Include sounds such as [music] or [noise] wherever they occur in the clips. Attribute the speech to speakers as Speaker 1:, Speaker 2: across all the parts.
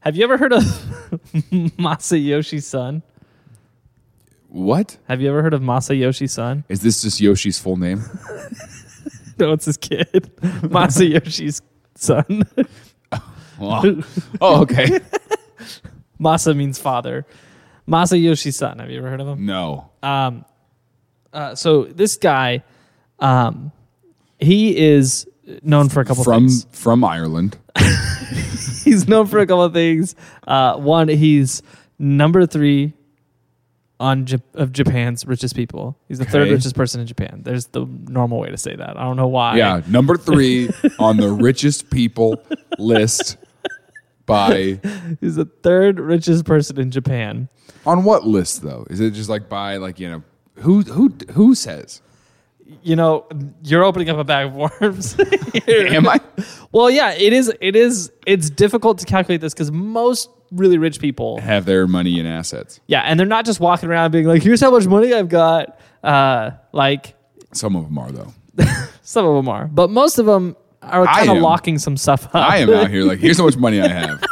Speaker 1: Have you ever heard of [laughs] Masayoshi Son?
Speaker 2: What?
Speaker 1: Have you ever heard of Masayoshi Son?
Speaker 2: Is this just Yoshi's full name?
Speaker 1: [laughs] No, it's his kid. [laughs] Masayoshi's son. [laughs]
Speaker 2: oh, [laughs] Oh, okay.
Speaker 1: Masa means father. Masayoshi Son. Have you ever heard of him?
Speaker 2: No.
Speaker 1: Um, uh, so this guy, um, he is known for a [laughs] couple
Speaker 2: From
Speaker 1: things. [laughs]
Speaker 2: from Ireland.
Speaker 1: He's known for a couple of things. Uh, one, he's number three on Jap- of Japan's richest people. He's the third
Speaker 2: Okay.
Speaker 1: richest person in Japan. There's the normal way to say that. I don't know why.
Speaker 2: Yeah,
Speaker 1: [laughs]
Speaker 2: number three on the richest people list by
Speaker 1: He's the third richest person in Japan.
Speaker 2: on what list though? Is it just like by like you know who who who says?
Speaker 1: You know, you're opening up a bag of worms. [laughs] here.
Speaker 2: Am
Speaker 1: [laughs]
Speaker 2: I?
Speaker 1: Well, yeah, it is. It is. It's difficult to calculate this because most really rich people,
Speaker 2: Have their money and assets.
Speaker 1: yeah, and they're not just walking around being like, "Here's how much money I've got." Uh, like
Speaker 2: Some of them are though.
Speaker 1: some of them are, but most of them are
Speaker 2: I
Speaker 1: kind of
Speaker 2: am.
Speaker 1: locking some stuff up.
Speaker 2: I am out here like here's how much money I have.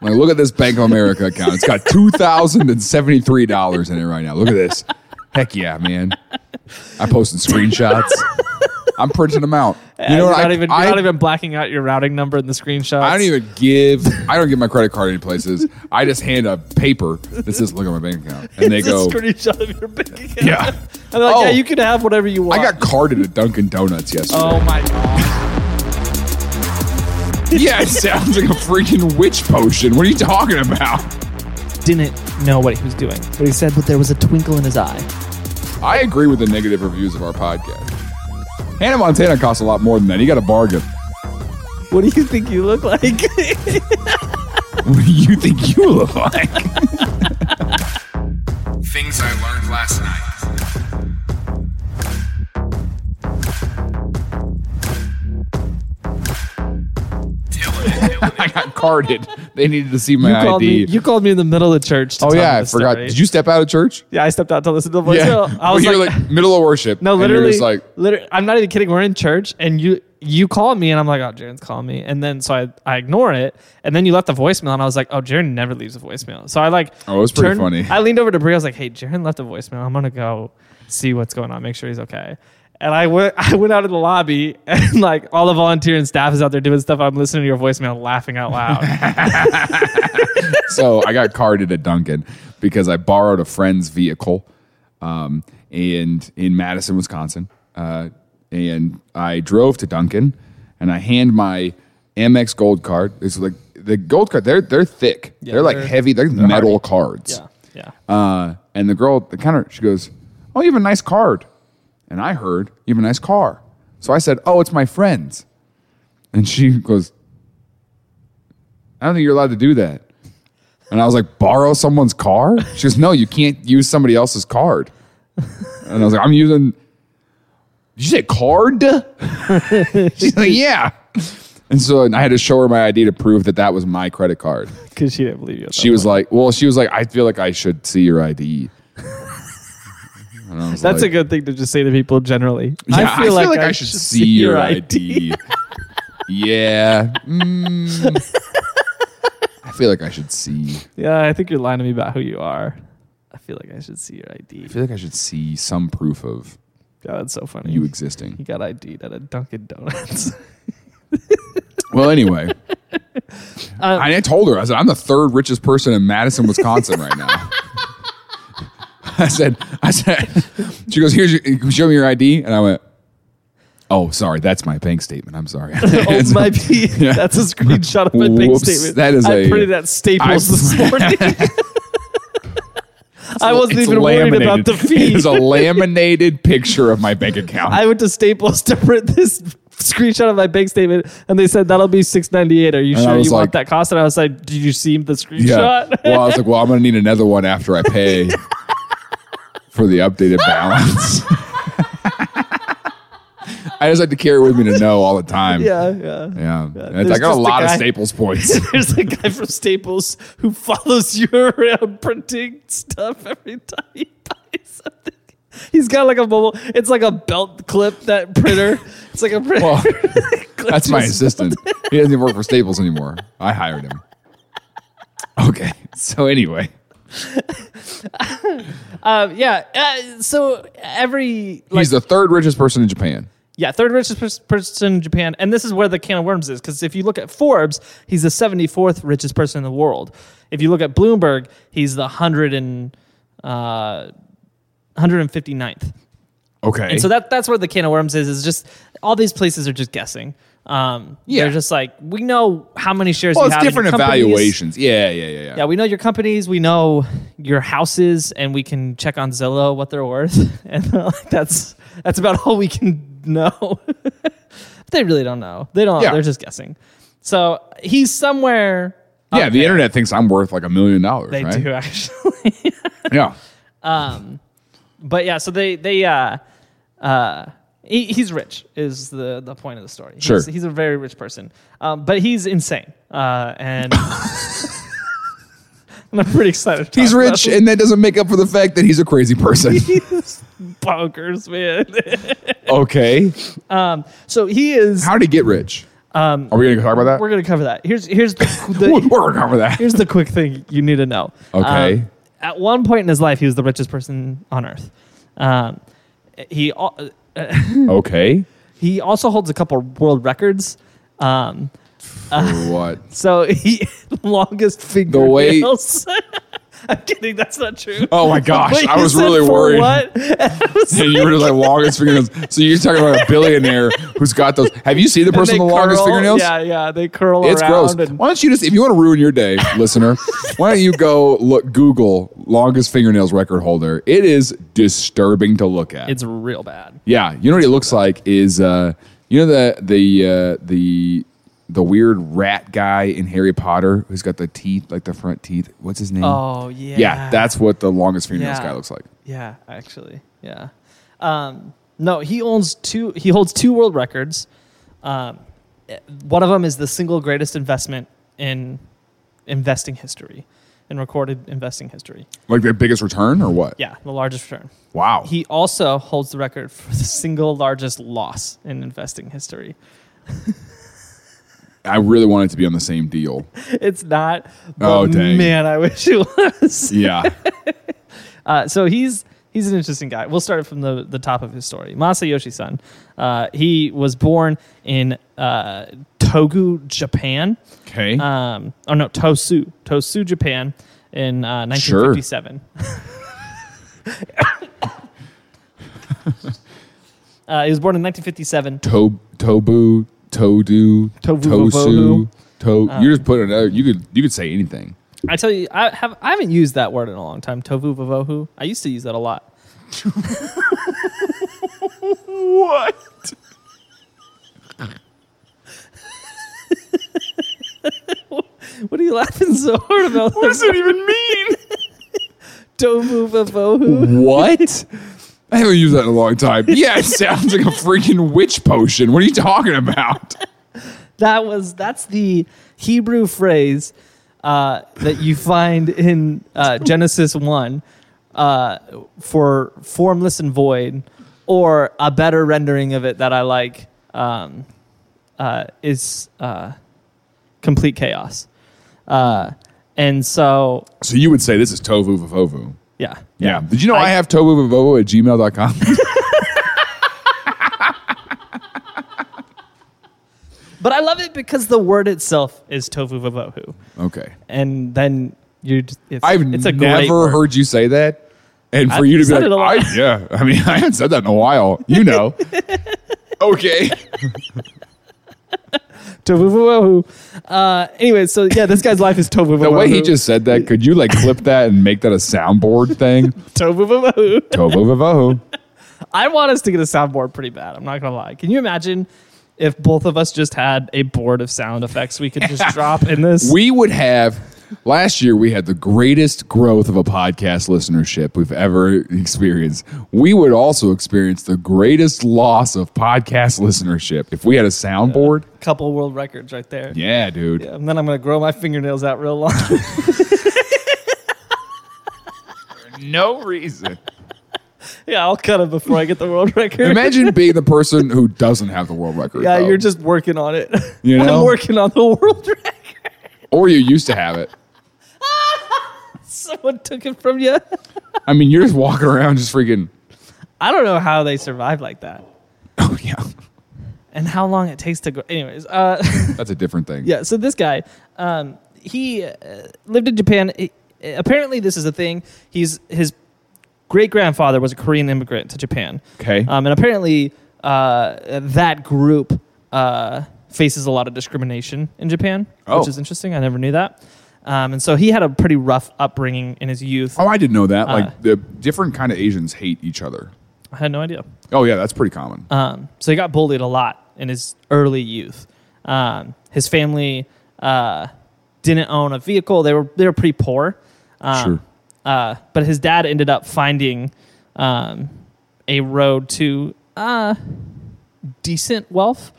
Speaker 2: Like look at this Bank of America account. It's got two thousand and seventy three dollars in it right now. Look at this. Heck yeah, man. I'm posting screenshots. I'm printing them out. You
Speaker 1: [laughs]
Speaker 2: know
Speaker 1: you're
Speaker 2: what?
Speaker 1: not
Speaker 2: I,
Speaker 1: even,
Speaker 2: I-
Speaker 1: you're not even blacking out your routing number in the screenshots.
Speaker 2: I don't even give. I don't give my credit card any places. I just hand a paper that says, "Look at my bank account," and
Speaker 1: [laughs]
Speaker 2: they
Speaker 1: It's
Speaker 2: go,
Speaker 1: a screenshot of your bank account.
Speaker 2: "Yeah."
Speaker 1: [laughs] I'm like,
Speaker 2: Oh.
Speaker 1: yeah, you can have whatever you want.
Speaker 2: I got carded at Dunkin' Donuts yesterday.
Speaker 1: Oh my god.
Speaker 2: [laughs] Yeah, it sounds like a freaking witch potion. What are you talking about?
Speaker 1: Didn't know what he was doing, but he said that there was a twinkle in his eye.
Speaker 2: I agree with the negative reviews of our podcast. Hannah Montana costs a lot more than that. You got a bargain. [laughs]
Speaker 1: What do you think you look like?
Speaker 2: What do you think you look like?
Speaker 3: [laughs] Things I learned last night. Dylan,
Speaker 2: [laughs] I got carded. They needed to see my
Speaker 1: You called, me,
Speaker 2: ID.
Speaker 1: you called me in the middle of church. To
Speaker 2: oh
Speaker 1: tell me
Speaker 2: yeah, I
Speaker 1: this
Speaker 2: forgot.
Speaker 1: story.
Speaker 2: Did you step out of church?
Speaker 1: Yeah, I stepped out to listen to the voicemail. I was
Speaker 2: Well,
Speaker 1: like,
Speaker 2: [laughs] you're like, middle of worship.
Speaker 1: no,
Speaker 2: and
Speaker 1: literally,
Speaker 2: You're just like,
Speaker 1: literally, I'm not even kidding. We're in church, and you you call me, and I'm like, oh, Jaren's calling me, and then so I I ignore it, and then you left a voicemail, and I was like, oh, Jaren never leaves a voicemail. So I like,
Speaker 2: Oh, it was pretty funny.
Speaker 1: I leaned over to Brie. I was like, hey, Jaren left a voicemail. I'm gonna go see what's going on, make sure he's okay. And I went, [laughs] I went out in the lobby, and like all the volunteer and staff is out there doing stuff. I'm listening to your voicemail, laughing out
Speaker 2: [laughs]
Speaker 1: loud.
Speaker 2: so I got carded at Duncan because I borrowed a friend's vehicle, um, and in Madison, Wisconsin, uh, and I drove to Duncan, and I hand my Amex Gold card. It's like the gold card. They're they're thick. they're like
Speaker 1: they're-
Speaker 2: heavy. They're, metal cards.
Speaker 1: yeah, yeah.
Speaker 2: Uh, and the girl at the counter, she goes, "Oh, you have a nice card," and I heard you have a nice car. So I said, "Oh, it's my friend's," and she goes, "I don't think you're allowed to do that." And I was like, borrow someone's car? She goes, no, you can't use somebody else's card. And I was like, I'm using, did you say card? [laughs] She's like, yeah. And so I had to show her my ID to prove that that was my credit card.
Speaker 1: Because she didn't believe you. at
Speaker 2: She
Speaker 1: that
Speaker 2: was like, well, she was like, I feel like I should see your ID. [laughs] And I was
Speaker 1: That's
Speaker 2: like,
Speaker 1: a good thing to just say to people generally.
Speaker 2: yeah, I feel like, I, should see your ID. [laughs] yeah. mm. [laughs] I feel like I should see.
Speaker 1: Yeah, I think you're lying to me about who you are. I feel like I should see your ID.
Speaker 2: I feel like I should see some proof of
Speaker 1: God, that's so funny.
Speaker 2: you
Speaker 1: You
Speaker 2: existing.
Speaker 1: he got ID'd at a Dunkin'
Speaker 2: [laughs]
Speaker 1: Donuts. [laughs]
Speaker 2: Well, anyway,
Speaker 1: Um,
Speaker 2: I, I told her I said I'm the third richest person in Madison, Wisconsin right now. [laughs] I said, I said, she goes, here's your, show me your ID, and I went, oh, sorry, that's my bank statement. I'm sorry.
Speaker 1: [laughs] oh,
Speaker 2: [laughs] It's-
Speaker 1: my P. That's a screenshot of my bank
Speaker 2: Whoops,
Speaker 1: statement.
Speaker 2: that is
Speaker 1: I
Speaker 2: a-
Speaker 1: printed that Staples
Speaker 2: I-
Speaker 1: this morning. [laughs] I wasn't
Speaker 2: it's
Speaker 1: even worried about
Speaker 2: laminated.
Speaker 1: the fee.
Speaker 2: It's a laminated picture of my bank account.
Speaker 1: I went to Staples to print this screenshot of my bank statement, and they said that'll be six ninety eight. Are you
Speaker 2: And I
Speaker 1: sure you
Speaker 2: was
Speaker 1: want
Speaker 2: like-
Speaker 1: that cost? And I was like, Did you see the
Speaker 2: yeah.
Speaker 1: screenshot?
Speaker 2: Well, I was like, well, I'm gonna need another one after [laughs] I pay for the updated balance. I just like to carry it with me to know all the time.
Speaker 1: [laughs] yeah, yeah.
Speaker 2: Yeah. And it's-
Speaker 1: there's
Speaker 2: I got
Speaker 1: just a
Speaker 2: a lot of
Speaker 1: guy-
Speaker 2: Staples [laughs] points.
Speaker 1: There's a guy from Staples who follows you [laughs] around printing stuff every time you buy something. He's got like a mobile. It's like a belt clip that printer. It's like a printer.
Speaker 2: Well,
Speaker 1: that [laughs] clips
Speaker 2: That's my
Speaker 1: his-
Speaker 2: assistant. He doesn't even work for Staples anymore. I hired him. Okay. So anyway,
Speaker 1: Um, yeah. Uh, so every like
Speaker 2: he's the third richest person in Japan.
Speaker 1: yeah third richest pers- person in Japan, and this is where the can of worms is because if you look at Forbes, he's the seventy fourth richest person in the world. If you look at Bloomberg, he's the hundred and uh, 159th.
Speaker 2: Okay.
Speaker 1: And so that that's where the can of worms is. Is just all these places are just guessing. Um,
Speaker 2: Yeah.
Speaker 1: They're just like we know how many shares. you
Speaker 2: well, it's
Speaker 1: have in your
Speaker 2: different
Speaker 1: companies.
Speaker 2: evaluations. Yeah, yeah, yeah, yeah.
Speaker 1: Yeah, we know your companies, we know your houses, and we can check on Zillow what they're worth, [laughs] and like, that's that's about all we can know. [laughs] they really don't know. They don't.
Speaker 2: Yeah.
Speaker 1: They're just guessing. So he's somewhere. up
Speaker 2: Yeah, the
Speaker 1: there.
Speaker 2: internet thinks I'm worth like a million dollars.
Speaker 1: They
Speaker 2: right?
Speaker 1: do [laughs] actually.
Speaker 2: Yeah.
Speaker 1: but yeah, so they they uh uh he, he's rich is the the point of the story.
Speaker 2: Sure.
Speaker 1: he's, he's a very rich person, um, but he's insane, uh,
Speaker 2: [laughs]
Speaker 1: and and I'm pretty excited. to
Speaker 2: He's
Speaker 1: talk about
Speaker 2: rich,
Speaker 1: this.
Speaker 2: and that doesn't make up for the fact that he's a
Speaker 1: [laughs]
Speaker 2: crazy person.
Speaker 1: He's bonkers, man. [laughs]
Speaker 2: okay.
Speaker 1: so he is.
Speaker 2: How did he get rich? Um, Are we going to talk about that?
Speaker 1: We're gonna cover that. Here's here's
Speaker 2: [laughs]
Speaker 1: the,
Speaker 2: We're,
Speaker 1: the
Speaker 2: going to cover that.
Speaker 1: here's the quick thing you need to know.
Speaker 2: Okay.
Speaker 1: Um, at one point in his life, he was the richest person on earth. Um, he al- [laughs]
Speaker 2: okay.
Speaker 1: he also holds a couple world records. Um,
Speaker 2: what?
Speaker 1: So he [laughs] longest
Speaker 2: The way.
Speaker 1: fingernails. [laughs] I'm kidding. That's not true. [laughs]
Speaker 2: Oh my gosh.
Speaker 1: Wait,
Speaker 2: I
Speaker 1: you
Speaker 2: was
Speaker 1: said
Speaker 2: really
Speaker 1: for
Speaker 2: worried. [laughs]
Speaker 1: What? I was
Speaker 2: And you were just like longest fingernails. So you're talking about a billionaire who's got those. Have you seen the
Speaker 1: and
Speaker 2: person
Speaker 1: they
Speaker 2: with the longest
Speaker 1: curl.
Speaker 2: fingernails?
Speaker 1: Yeah, yeah. They curl
Speaker 2: It's gross.
Speaker 1: around. And,
Speaker 2: why don't you just, if you want to ruin your day,
Speaker 1: [laughs]
Speaker 2: listener, why don't you go look Google longest fingernails record holder? It is disturbing to look at.
Speaker 1: it's real bad.
Speaker 2: yeah, you know what it looks like is uh, you know the the uh, the the weird rat guy in Harry Potter who's got the teeth like the front teeth. What's his name?
Speaker 1: Oh yeah.
Speaker 2: yeah, that's what the longest fingernails
Speaker 1: Yeah.
Speaker 2: guy looks like.
Speaker 1: Yeah, actually. Yeah. Um, no, he owns two. He holds two world records. Um, eh, one of them is the single greatest investment in investing history, in recorded investing history.
Speaker 2: Like the biggest return or what?
Speaker 1: Yeah, the largest return.
Speaker 2: Wow.
Speaker 1: He also holds the record for the single largest loss in investing history.
Speaker 2: I really want it to be on the same deal.
Speaker 1: It's not. But
Speaker 2: Oh, dang.
Speaker 1: Man, I wish it was. [laughs]
Speaker 2: Yeah.
Speaker 1: Uh, so he's he's an interesting guy. We'll start from the, the top of his story. Masayoshi san. Uh, he was born in uh, Togu, Japan.
Speaker 2: okay.
Speaker 1: Um, oh, no, Tosu. Tosu, Japan in uh, 1957.
Speaker 2: [laughs]
Speaker 1: [laughs] uh, he was born in 1957.
Speaker 2: to- tobu, todu,
Speaker 1: Tobu- Uh.
Speaker 2: tosu, to. you just put another. You could you could say anything.
Speaker 1: I tell you, I have I haven't used that word in a long time. Tovu vavohu. I used to use that a lot.
Speaker 2: What?
Speaker 1: [laughs] What are you laughing so hard about? What
Speaker 2: does it even mean?
Speaker 1: tovu vavohu?
Speaker 2: What? [laughs] I haven't used that in a long time. Yeah, it sounds like a freaking witch potion. What are you talking about?
Speaker 1: That was that's the Hebrew phrase uh, that you find in uh, Genesis one uh, for formless and void, or a better rendering of it that I like um, uh, is uh, complete chaos. Uh, and so,
Speaker 2: So you would say this is tovu vavovu.
Speaker 1: yeah,
Speaker 2: Yeah. Did you know I, have tovu vavovu at [laughs] gmail.com?
Speaker 1: But I love it because the word itself is tofu vavohu,
Speaker 2: okay.
Speaker 1: and then you. It's,
Speaker 2: I've
Speaker 1: it's a great
Speaker 2: never
Speaker 1: word.
Speaker 2: heard you say that. And for
Speaker 1: I've
Speaker 2: you to
Speaker 1: said
Speaker 2: be
Speaker 1: it a
Speaker 2: like,
Speaker 1: lot.
Speaker 2: I, yeah, I mean, [laughs] I haven't said that in a while. You [laughs] know. okay.
Speaker 1: tofu vavohu. Uh, anyway, so yeah, this guy's life is tofu vavohu.
Speaker 2: [laughs] The way he just said that, could you like clip that and make that a soundboard [laughs] thing?
Speaker 1: tofu vavohu.
Speaker 2: Tovo Vivohu.
Speaker 1: I want us to get a soundboard pretty bad. I'm not gonna lie. Can you imagine if both of us just had a board of sound effects we could just drop in this?
Speaker 2: We would have last year we had the greatest growth of a podcast listenership we've ever experienced. We would also experience the greatest loss of podcast listenership if we had a soundboard.
Speaker 1: couple world records right there.
Speaker 2: Yeah, dude.
Speaker 1: And then I'm gonna grow my fingernails out real long. [laughs]
Speaker 2: No reason.
Speaker 1: yeah, I'll cut them before I get the world record.
Speaker 2: [laughs] Imagine being the person who doesn't have the world record.
Speaker 1: yeah,
Speaker 2: though.
Speaker 1: you're just working on it. [laughs]
Speaker 2: You know?
Speaker 1: I'm working on the world record.
Speaker 2: or you used to have it.
Speaker 1: Someone took it from you.
Speaker 2: I mean, you're just walking around just freaking. [laughs]
Speaker 1: I don't know how they survive like that,
Speaker 2: Oh yeah,
Speaker 1: and how long it takes to grow. Anyways, uh, [laughs]
Speaker 2: that's a different thing.
Speaker 1: yeah. So this guy, um, he uh, lived in Japan. He- uh, apparently, this is a thing. He's his great grandfather was a Korean immigrant to Japan.
Speaker 2: Okay.
Speaker 1: Um, and apparently, uh, that group uh, faces a lot of discrimination in Japan,
Speaker 2: Oh.
Speaker 1: which is interesting. I never knew that. Um, and so he had a pretty rough upbringing in his youth.
Speaker 2: oh, I didn't know that.
Speaker 1: Uh.
Speaker 2: like the different kind of Asians hate each other.
Speaker 1: I had no idea.
Speaker 2: Oh yeah, that's pretty common.
Speaker 1: Um, so he got bullied a lot in his early youth. Um, his family uh, didn't own a vehicle; they were they were pretty poor. Um,
Speaker 2: Sure.
Speaker 1: Uh, but his dad ended up finding um, a road to uh, decent wealth.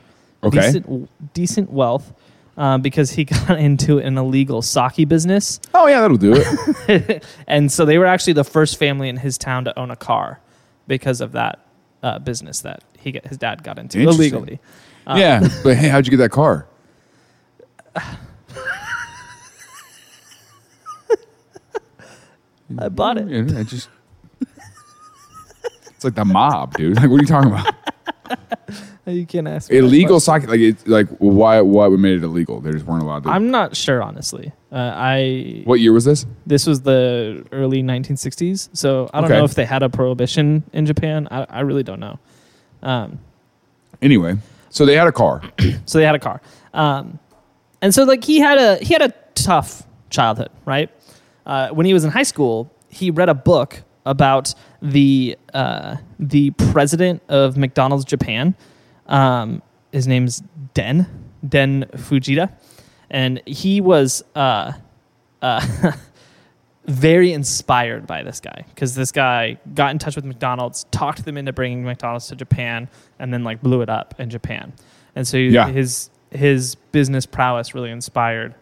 Speaker 2: Okay.
Speaker 1: Decent, decent wealth. Um, because he [laughs] got into an illegal sake business,
Speaker 2: oh yeah, that'll do it. [laughs]
Speaker 1: and so they were actually the first family in his town to own a car because of that uh, business that he got, his dad got into
Speaker 2: Interesting.
Speaker 1: illegally. Uh,
Speaker 2: yeah, but hey, how'd you get that car?
Speaker 1: I bought it.
Speaker 2: Yeah, I just. It's like the mob, dude. Like, what are you
Speaker 1: [laughs]
Speaker 2: talking about?
Speaker 1: You can't ask. me that
Speaker 2: Illegal
Speaker 1: question.
Speaker 2: socket. Like, it's like why? Why we made it illegal? They just weren't allowed to.
Speaker 1: I'm not sure, honestly. Uh, I
Speaker 2: what year was this?
Speaker 1: this was the early 1960s, so I don't
Speaker 2: Okay.
Speaker 1: know if they had a prohibition in Japan. I, I really don't know. Um,
Speaker 2: Anyway, so they had a car.
Speaker 1: so they had a car, um, and so like he had a he had a tough childhood, right? Uh, when he was in high school, he read a book about the uh, the president of McDonald's Japan. Um, his name's Den Den Fujita, and he was. Uh, uh, [laughs] very inspired by this guy because this guy got in touch with McDonald's, talked them into bringing McDonald's to Japan, and then like blew it up in Japan. And so
Speaker 2: Yeah.
Speaker 1: his his business prowess really inspired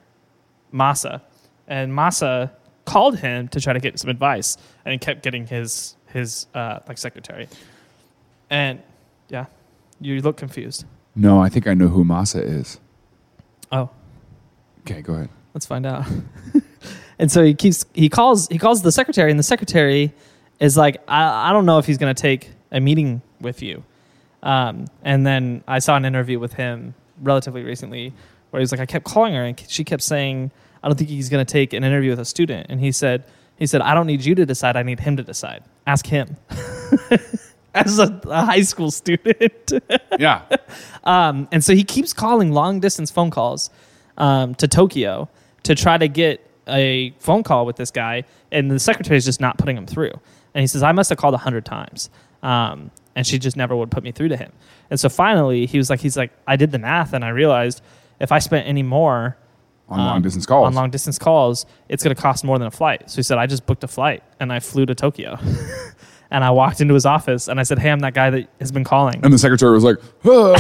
Speaker 1: Masa, and Masa called him to try to get some advice, and he kept getting his his uh, like secretary. And yeah, you look confused.
Speaker 2: No, I think I know who Masa is.
Speaker 1: Oh,
Speaker 2: Okay, go ahead.
Speaker 1: Let's find out. [laughs] and so he keeps he calls he calls the secretary, and the secretary is like, I, I don't know if he's going to take a meeting with you. Um, and then I saw an interview with him relatively recently where he was like, I kept calling her, and she kept saying, I don't think he's going to take an interview with a student. And he said, he said, I don't need you to decide. I need him to decide. Ask him. [laughs] As a, a high school student.
Speaker 2: Yeah.
Speaker 1: Um, and so he keeps calling long distance phone calls um, to Tokyo to try to get a phone call with this guy, and the secretary is just not putting him through. And he says, "I must have called a hundred times." Um, and she just never would put me through to him. And so finally, he was like, "He's like, I did the math, and I realized if I spent any more
Speaker 2: On
Speaker 1: um,
Speaker 2: long distance calls.
Speaker 1: on long distance calls, it's going to cost more than a flight." So he said, "I just booked a flight and I flew to Tokyo." [laughs] and I walked into his office and I said, "Hey, I'm that guy that has been calling."
Speaker 2: and the secretary was like, huh.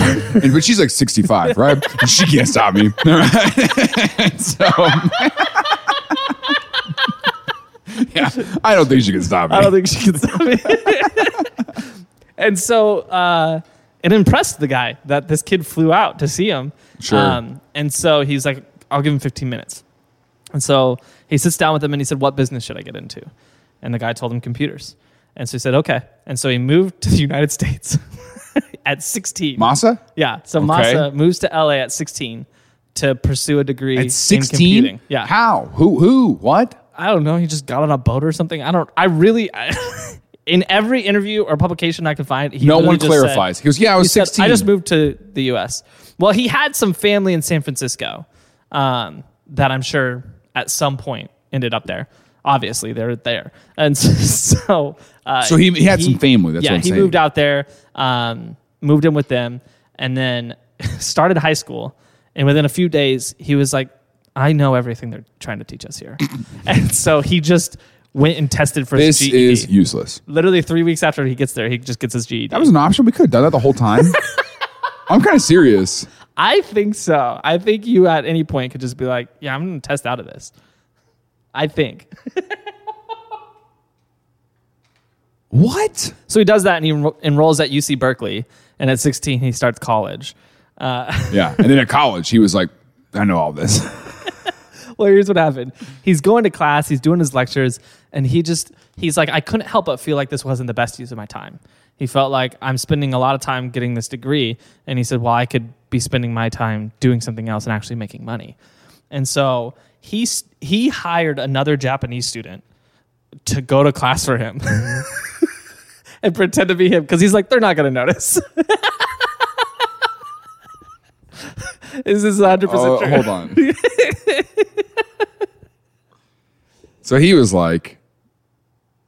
Speaker 2: and, but she's
Speaker 1: [laughs]
Speaker 2: like 65, right? And she can't stop me. [laughs] All right. [laughs] so, yeah, I don't think she can stop me.
Speaker 1: I don't think she can stop me. [laughs] and so uh, it impressed the guy that this kid flew out to see him. Um,
Speaker 2: Sure.
Speaker 1: and so he's like, I'll give him 15 minutes. And so he sits down with him and he said, What business should I get into? And the guy told him computers. And so he said, Okay. And so he moved to the United States [laughs] at 16.
Speaker 2: Masa?
Speaker 1: yeah. So Masa moves to LA at 16 to pursue a degree
Speaker 2: At
Speaker 1: in
Speaker 2: 16?
Speaker 1: computing. Yeah.
Speaker 2: How? Who? Who? What?
Speaker 1: I don't know. He just got on a boat or something. I don't. I really. I, [laughs] in every interview or publication I could find, he
Speaker 2: No
Speaker 1: literally
Speaker 2: one
Speaker 1: just said-
Speaker 2: clarifies. he goes, yeah, I was
Speaker 1: he said,
Speaker 2: 16.
Speaker 1: I just moved to the U.S. Well, he had some family in San Francisco um, that I'm sure at some point ended up there. Obviously, they're there, and [laughs] so uh,
Speaker 2: So he- he had some family, that's
Speaker 1: yeah,
Speaker 2: what I'm
Speaker 1: he
Speaker 2: saying.
Speaker 1: moved out there, um, moved in with them, and then [laughs] started high school. And within a few days, he was like, "I know everything they're trying to teach us here," [laughs] and so he just went and tested for
Speaker 2: This
Speaker 1: his GED.
Speaker 2: is useless.
Speaker 1: Literally three weeks after he gets there, he just gets his E GED.
Speaker 2: That was an option. We could have done that the whole time. [laughs] I'm kind of serious.
Speaker 1: I think so. I think you at any point could just be like, yeah, I'm going to test out of this. I think.
Speaker 2: What?
Speaker 1: So he does that and he enro- enrolls at UC Berkeley. And at 16, he starts college.
Speaker 2: Yeah. And then at college, he was like, I know all this.
Speaker 1: [laughs] well, here's what happened. He's going to class, he's doing his lectures, and he just he's like, I couldn't help but feel like this wasn't the best use of my time. He felt like I'm spending a lot of time getting this degree, and he said, Well, I could be spending my time doing something else and actually making money. And so he s- he hired another Japanese student to go to class for him. [laughs] And pretend to be him because he's like, they're not going to notice. [laughs] Is this 100%
Speaker 2: Oh,
Speaker 1: true?
Speaker 2: hold on. so he was like,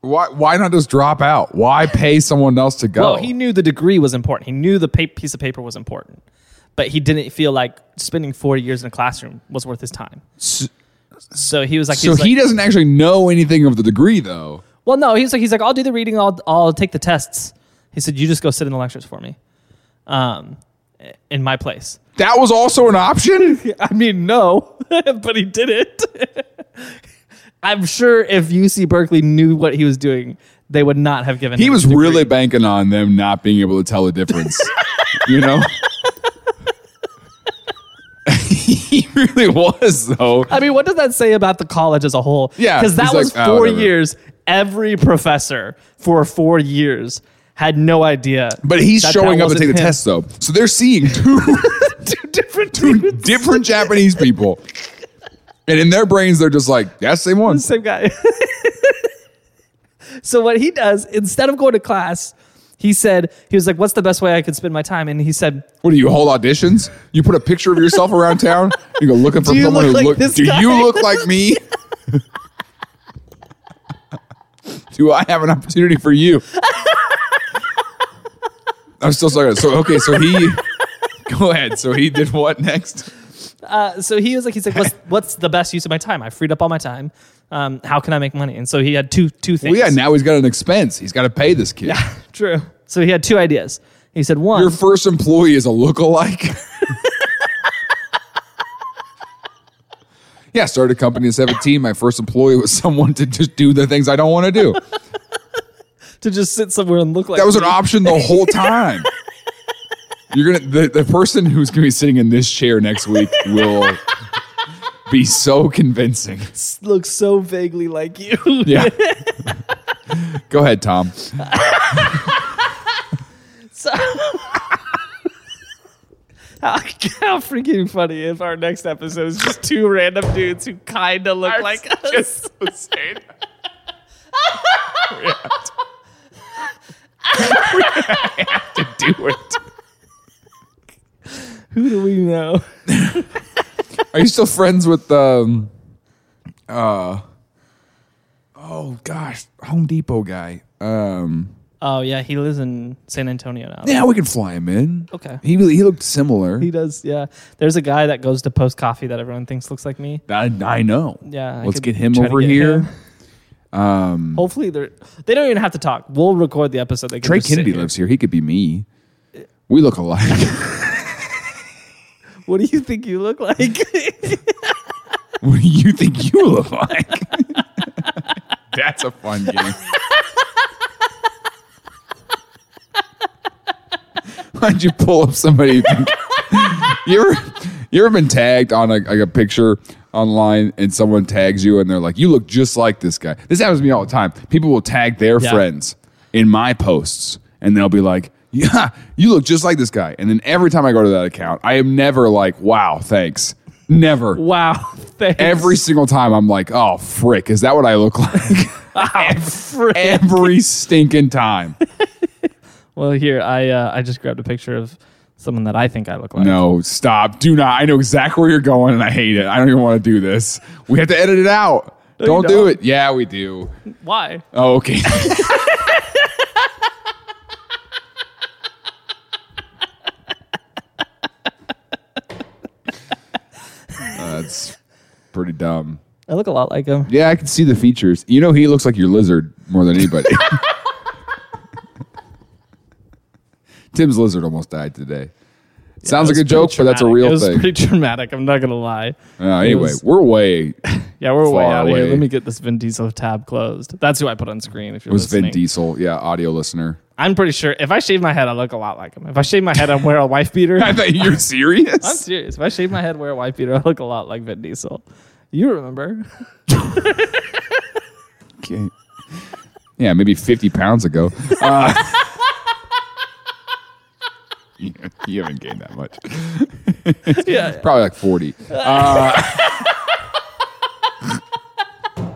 Speaker 2: why, why not just drop out? Why pay someone else to go?
Speaker 1: Well, he knew the degree was important. He knew the pa- piece of paper was important, but he didn't feel like spending four years in a classroom was worth his time.
Speaker 2: S-
Speaker 1: So he was like, he
Speaker 2: so
Speaker 1: was
Speaker 2: he
Speaker 1: like-
Speaker 2: doesn't actually know anything of the degree, though.
Speaker 1: well, no, he's like, he's like, I'll do the reading, I'll, I'll take the tests. He said, you just go sit in the lectures for me, um, in my place.
Speaker 2: That was also an option?
Speaker 1: [laughs] I mean, no, [laughs] but he did it. [laughs] I'm sure if UC Berkeley knew what he was doing, they would not have given.
Speaker 2: He
Speaker 1: him
Speaker 2: was
Speaker 1: the degree.
Speaker 2: really banking on them not being able to tell
Speaker 1: [laughs]
Speaker 2: the difference. you know? [laughs] he really was, though.
Speaker 1: I mean, what does that say about the college as a whole?
Speaker 2: Yeah,
Speaker 1: because that
Speaker 2: he's
Speaker 1: was
Speaker 2: like, "Ah,
Speaker 1: four
Speaker 2: whatever."
Speaker 1: years. Every professor for four years had no idea.
Speaker 2: But he's
Speaker 1: that
Speaker 2: showing
Speaker 1: that
Speaker 2: up to take the
Speaker 1: wasn't him.
Speaker 2: test, though. So they're seeing two
Speaker 1: [laughs] Two [laughs] different
Speaker 2: [laughs] two
Speaker 1: dudes.
Speaker 2: different Japanese people. And in their brains, they're just like, that's the same one.
Speaker 1: same guy. [laughs] so what he does instead of going to class, he said he was like, "What's the best way I could spend my time?" And he said,
Speaker 2: What do you hold auditions? You put a picture of yourself around town. You go looking for
Speaker 1: Do you
Speaker 2: someone
Speaker 1: look
Speaker 2: who
Speaker 1: like
Speaker 2: look.
Speaker 1: this
Speaker 2: Do
Speaker 1: guy?"
Speaker 2: you look like me? do I have an opportunity for you? I'm still stuck. on it. So okay, so he. [laughs] Go ahead. So he did what next?
Speaker 1: uh, so he was like, he's like,
Speaker 2: [laughs]
Speaker 1: what's, what's the best use of my time? I freed up all my time. Um, how can I make money? And so he had two two things.
Speaker 2: Well, yeah. Now he's got an expense. He's got to pay this kid.
Speaker 1: true. So he had two ideas. He said one.
Speaker 2: Your first employee is a lookalike. [laughs] yeah, I started a company at 17. My first employee was someone to just do the things I don't want to do.
Speaker 1: to just sit somewhere and look like
Speaker 2: That was an
Speaker 1: me.
Speaker 2: option the whole time. You're gonna the, the person who's gonna be sitting in this chair next week will be so convincing.
Speaker 1: looks so vaguely like you. [laughs]
Speaker 2: Yeah. [laughs] Go ahead, Tom.
Speaker 1: So- how, how freaking funny if our next episode is just two random dudes who kind of look [laughs] like us.
Speaker 2: Do it.
Speaker 1: Who do we know?
Speaker 2: Are you still friends with um uh oh gosh, Home Depot guy. Um
Speaker 1: Oh yeah, he lives in San Antonio now.
Speaker 2: yeah, we can fly him in.
Speaker 1: Okay.
Speaker 2: He really he looked similar.
Speaker 1: He does, yeah. There's a guy that goes to post coffee that everyone thinks looks like me.
Speaker 2: I, I know.
Speaker 1: Yeah, I
Speaker 2: Let's
Speaker 1: could
Speaker 2: get him
Speaker 1: try to
Speaker 2: over
Speaker 1: get
Speaker 2: here.
Speaker 1: him. Hopefully they're they don't even have to talk. We'll record the episode. They can
Speaker 2: Trey
Speaker 1: just sit
Speaker 2: Kennedy
Speaker 1: here.
Speaker 2: lives here. He could be me. We look alike.
Speaker 1: What do you think you look like? [laughs]
Speaker 2: what do you think you look like? [laughs] That's a fun game. Why'd you pull up somebody? You, think- you ever you ever been tagged on a, like a picture online and someone tags you and they're like, "You look just like this guy." This happens to me all the time. People will tag their
Speaker 1: Yeah.
Speaker 2: friends in my posts and they'll be like, "Yeah, you look just like this guy." And then every time I go to that account, I am never like, "Wow, thanks." Never
Speaker 1: wow. Thanks.
Speaker 2: every single time I'm like, oh frick, is that what I look [laughs]
Speaker 1: [laughs]
Speaker 2: like?
Speaker 1: frick.
Speaker 2: every stinking time.
Speaker 1: Well, here I uh, I just grabbed a picture of someone that I think I look like.
Speaker 2: No, stop. Do not. I know exactly where you're going and I hate it. I don't even want to do this. We have to edit it out.
Speaker 1: you
Speaker 2: don't do
Speaker 1: don't.
Speaker 2: it. Yeah, we do.
Speaker 1: Why?
Speaker 2: Oh, okay. [laughs] That's pretty dumb.
Speaker 1: I look a lot like him.
Speaker 2: Yeah, I can see the features. You know, he looks like your lizard more than anybody. Tim's lizard almost died today. Sounds like a joke, but that's a
Speaker 1: Traumatic.
Speaker 2: real
Speaker 1: It was
Speaker 2: thing.
Speaker 1: pretty [laughs] dramatic. I'm not gonna lie.
Speaker 2: Uh, anyway,
Speaker 1: was-
Speaker 2: we're way. It
Speaker 1: Yeah, we're way
Speaker 2: Far
Speaker 1: out of here.
Speaker 2: away.
Speaker 1: Let me get this Vin Diesel tab closed. That's who I put on screen. If you're
Speaker 2: was
Speaker 1: listening,
Speaker 2: Vin Diesel, yeah, audio listener.
Speaker 1: I'm pretty sure if I shave my head, I look a lot like him. If I shave my head, I wear a
Speaker 2: [laughs]
Speaker 1: wife beater.
Speaker 2: I thought you're serious.
Speaker 1: I'm serious. If I shave my head, wear a wife beater, I look a lot like Vin Diesel. You remember? [laughs]
Speaker 2: Okay. Yeah, maybe 50 pounds ago. Uh,
Speaker 1: [laughs]
Speaker 2: [laughs] you, you haven't gained that much.
Speaker 1: yeah.
Speaker 2: Probably like 40. Uh,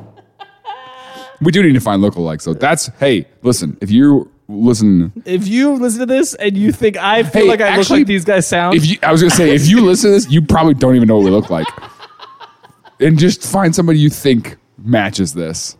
Speaker 2: [laughs] we do need to find lookalikes, though. That's, hey, listen, if you listen,
Speaker 1: If you listen to this and you think I feel
Speaker 2: Hey,
Speaker 1: like I
Speaker 2: actually,
Speaker 1: look like these guys sound,
Speaker 2: if you, I was going to say, if you listen to this, you probably don't even know what we look like. And just find somebody you think matches this.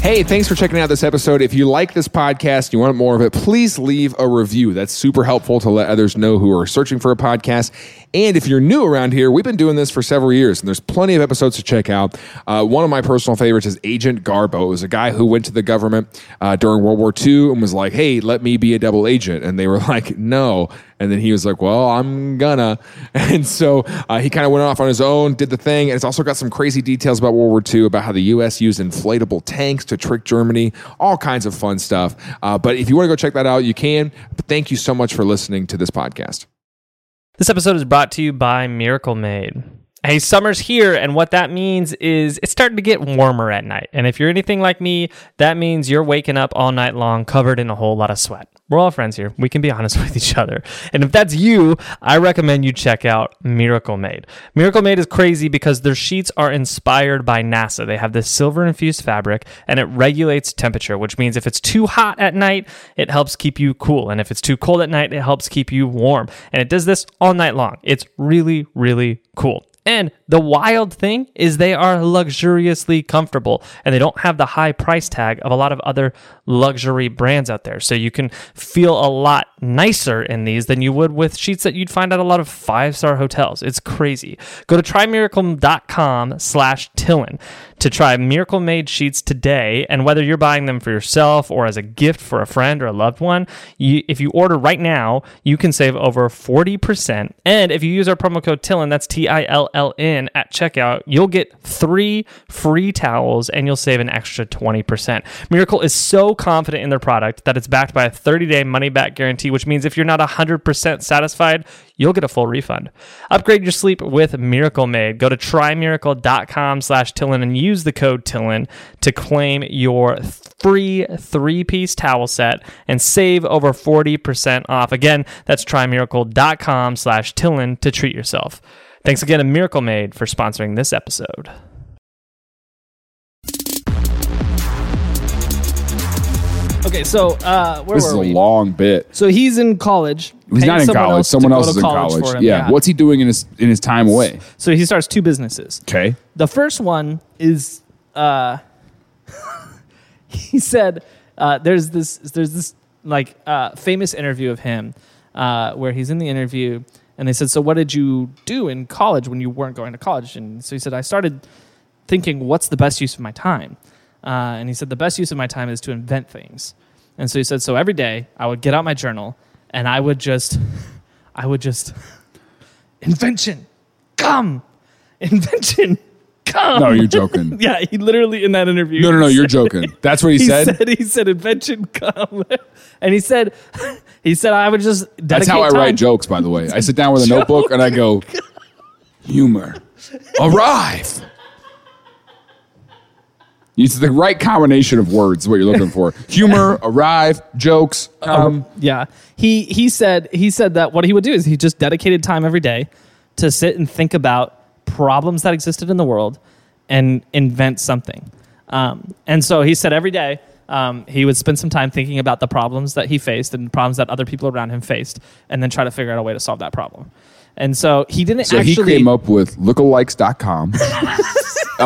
Speaker 2: Hey, thanks for checking out this episode. If you like this podcast and you want more of it, please leave a review. That's super helpful to let others know who are searching for a podcast. And if you're new around here, we've been doing this for several years, and there's plenty of episodes to check out. Uh, one of my personal favorites is Agent Garbo. It was a guy who went to the government uh, during World War II and was like, hey, let me be a double agent. And they were [laughs] like, no. And then he was like, well, I'm gonna. [laughs] And so uh, he kind of went off on his own, did the thing. And it's also got some crazy details about World War II, about how the U.S. used inflatable tanks to trick Germany, all kinds of fun stuff. Uh, but if you want to go check that out, you can. But thank you so much for listening to this podcast.
Speaker 1: This episode is brought to you by Miracle Made. Hey, summer's here, and what that means is it's starting to get warmer at night. And if you're anything like me, that means you're waking up all night long covered in a whole lot of sweat. We're all friends here. We can be honest [laughs] with each other. And if that's you, I recommend you check out Miracle Made. Miracle Made is crazy because their sheets are inspired by NASA. They have this silver infused fabric and it regulates temperature, which means if it's too hot at night, it helps keep you cool. And if it's too cold at night, it helps keep you warm. And it does this all night long. It's really, really cool. And the wild thing is they are luxuriously comfortable and they don't have the high price tag of a lot of other luxury brands out there. So you can feel a lot nicer in these than you would with sheets that you'd find at a lot of five-star hotels. It's crazy. Go to trymiracle.com slash Tillin to try Miracle Made sheets today. And whether you're buying them for yourself or as a gift for a friend or a loved one, you, if you order right now, you can save over 40%. And if you use our promo code TILLIN, that's T I L L N, at checkout, you'll get three free towels and you'll save an extra 20%. Miracle is so confident in their product that it's backed by a 30 day money back guarantee, which means if you're not 100% satisfied, you'll get a full refund. Upgrade your sleep with Miracle Made. Go to trymiracle.com slash Tillin and use the code Tillin to claim your free three-piece towel set and save over 40% off. Again, that's trymiracle.com slash Tillin to treat yourself. Thanks again to Miracle Made for sponsoring this episode. Okay, so uh, where
Speaker 2: This is a long bit.
Speaker 1: so he's in college.
Speaker 2: He's
Speaker 1: paying
Speaker 2: not in
Speaker 1: someone
Speaker 2: college.
Speaker 1: else to
Speaker 2: Someone
Speaker 1: go
Speaker 2: else
Speaker 1: to
Speaker 2: is in college.
Speaker 1: for him,
Speaker 2: yeah. What's he doing in his in his time away?
Speaker 1: so he starts two businesses. [laughs]
Speaker 2: Okay.
Speaker 1: The first one is [laughs] uh, he said uh, there's this there's this like uh, famous interview of him uh, where he's in the interview and they said so what did you do in college when you weren't going to college and so he said I started thinking what's the best use of my time uh, and he said the best use of my time is to invent things and so he said so every day I would get out my journal and I would just I would just [laughs] invention come invention come [laughs]
Speaker 2: No, you're joking.
Speaker 1: yeah, he literally in that interview.
Speaker 2: No, no, no, you're joking. That's what he,
Speaker 1: He
Speaker 2: said.
Speaker 1: said he said invention come, [laughs] and he said [laughs] he said I would just dedicate
Speaker 2: That's how I
Speaker 1: time.
Speaker 2: write jokes, by the way. I sit down with a
Speaker 1: [laughs] joke.
Speaker 2: notebook and I go, humor, arrive. It's the right combination of words, what you're
Speaker 1: [laughs]
Speaker 2: looking for. Humor, arrive, jokes,
Speaker 1: Um,
Speaker 2: Um, come.
Speaker 1: Yeah, he he said he said that what he would do is he just dedicated time every day to sit and think about problems that existed in the world and invent something. Um, and so he said every day um, he would spend some time thinking about the problems that he faced and problems that other people around him faced, and then try to figure out a way to solve that problem. And so he didn't
Speaker 2: So
Speaker 1: actually.
Speaker 2: he came up with
Speaker 1: [laughs]
Speaker 2: lookalikes.com. that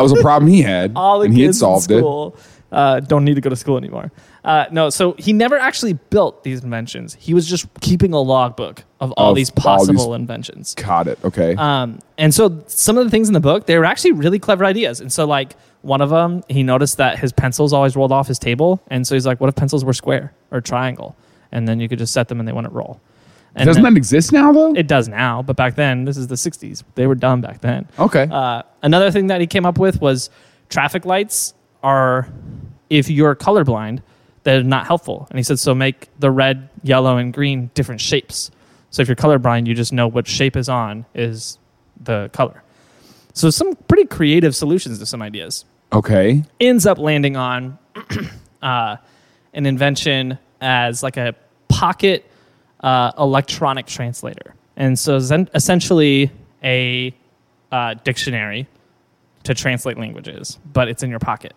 Speaker 2: was a problem he had,
Speaker 1: all the
Speaker 2: and
Speaker 1: kids
Speaker 2: he had solved
Speaker 1: in
Speaker 2: it.
Speaker 1: school uh, don't need to go to school anymore. Uh, no, so he never actually built these inventions. He was just keeping a logbook of all
Speaker 2: Of
Speaker 1: these
Speaker 2: all these-
Speaker 1: possible inventions.
Speaker 2: Caught it. Okay.
Speaker 1: Um, and so some of the things in the book, they were actually really clever ideas. And so like one of them, he noticed that his pencils always rolled off his table, and so he's like, "What if pencils were square or triangle?" And then you could just set them and they wouldn't roll. And
Speaker 2: Doesn't
Speaker 1: then-
Speaker 2: that exist now, though?
Speaker 1: it does now, but back then, this is the 60s. They were dumb back then.
Speaker 2: Okay.
Speaker 1: Uh, another thing that he came up with was traffic lights are, if you're colorblind, they're not helpful. And he said, so make the red, yellow, and green different shapes. So if you're colorblind, you just know what shape is on is the color. So some pretty creative solutions to some ideas
Speaker 2: Okay.
Speaker 1: ends up landing on [clears throat] uh, an invention as like a pocket uh, electronic translator. And so zen- essentially a uh, dictionary to translate languages, but it's in your pocket.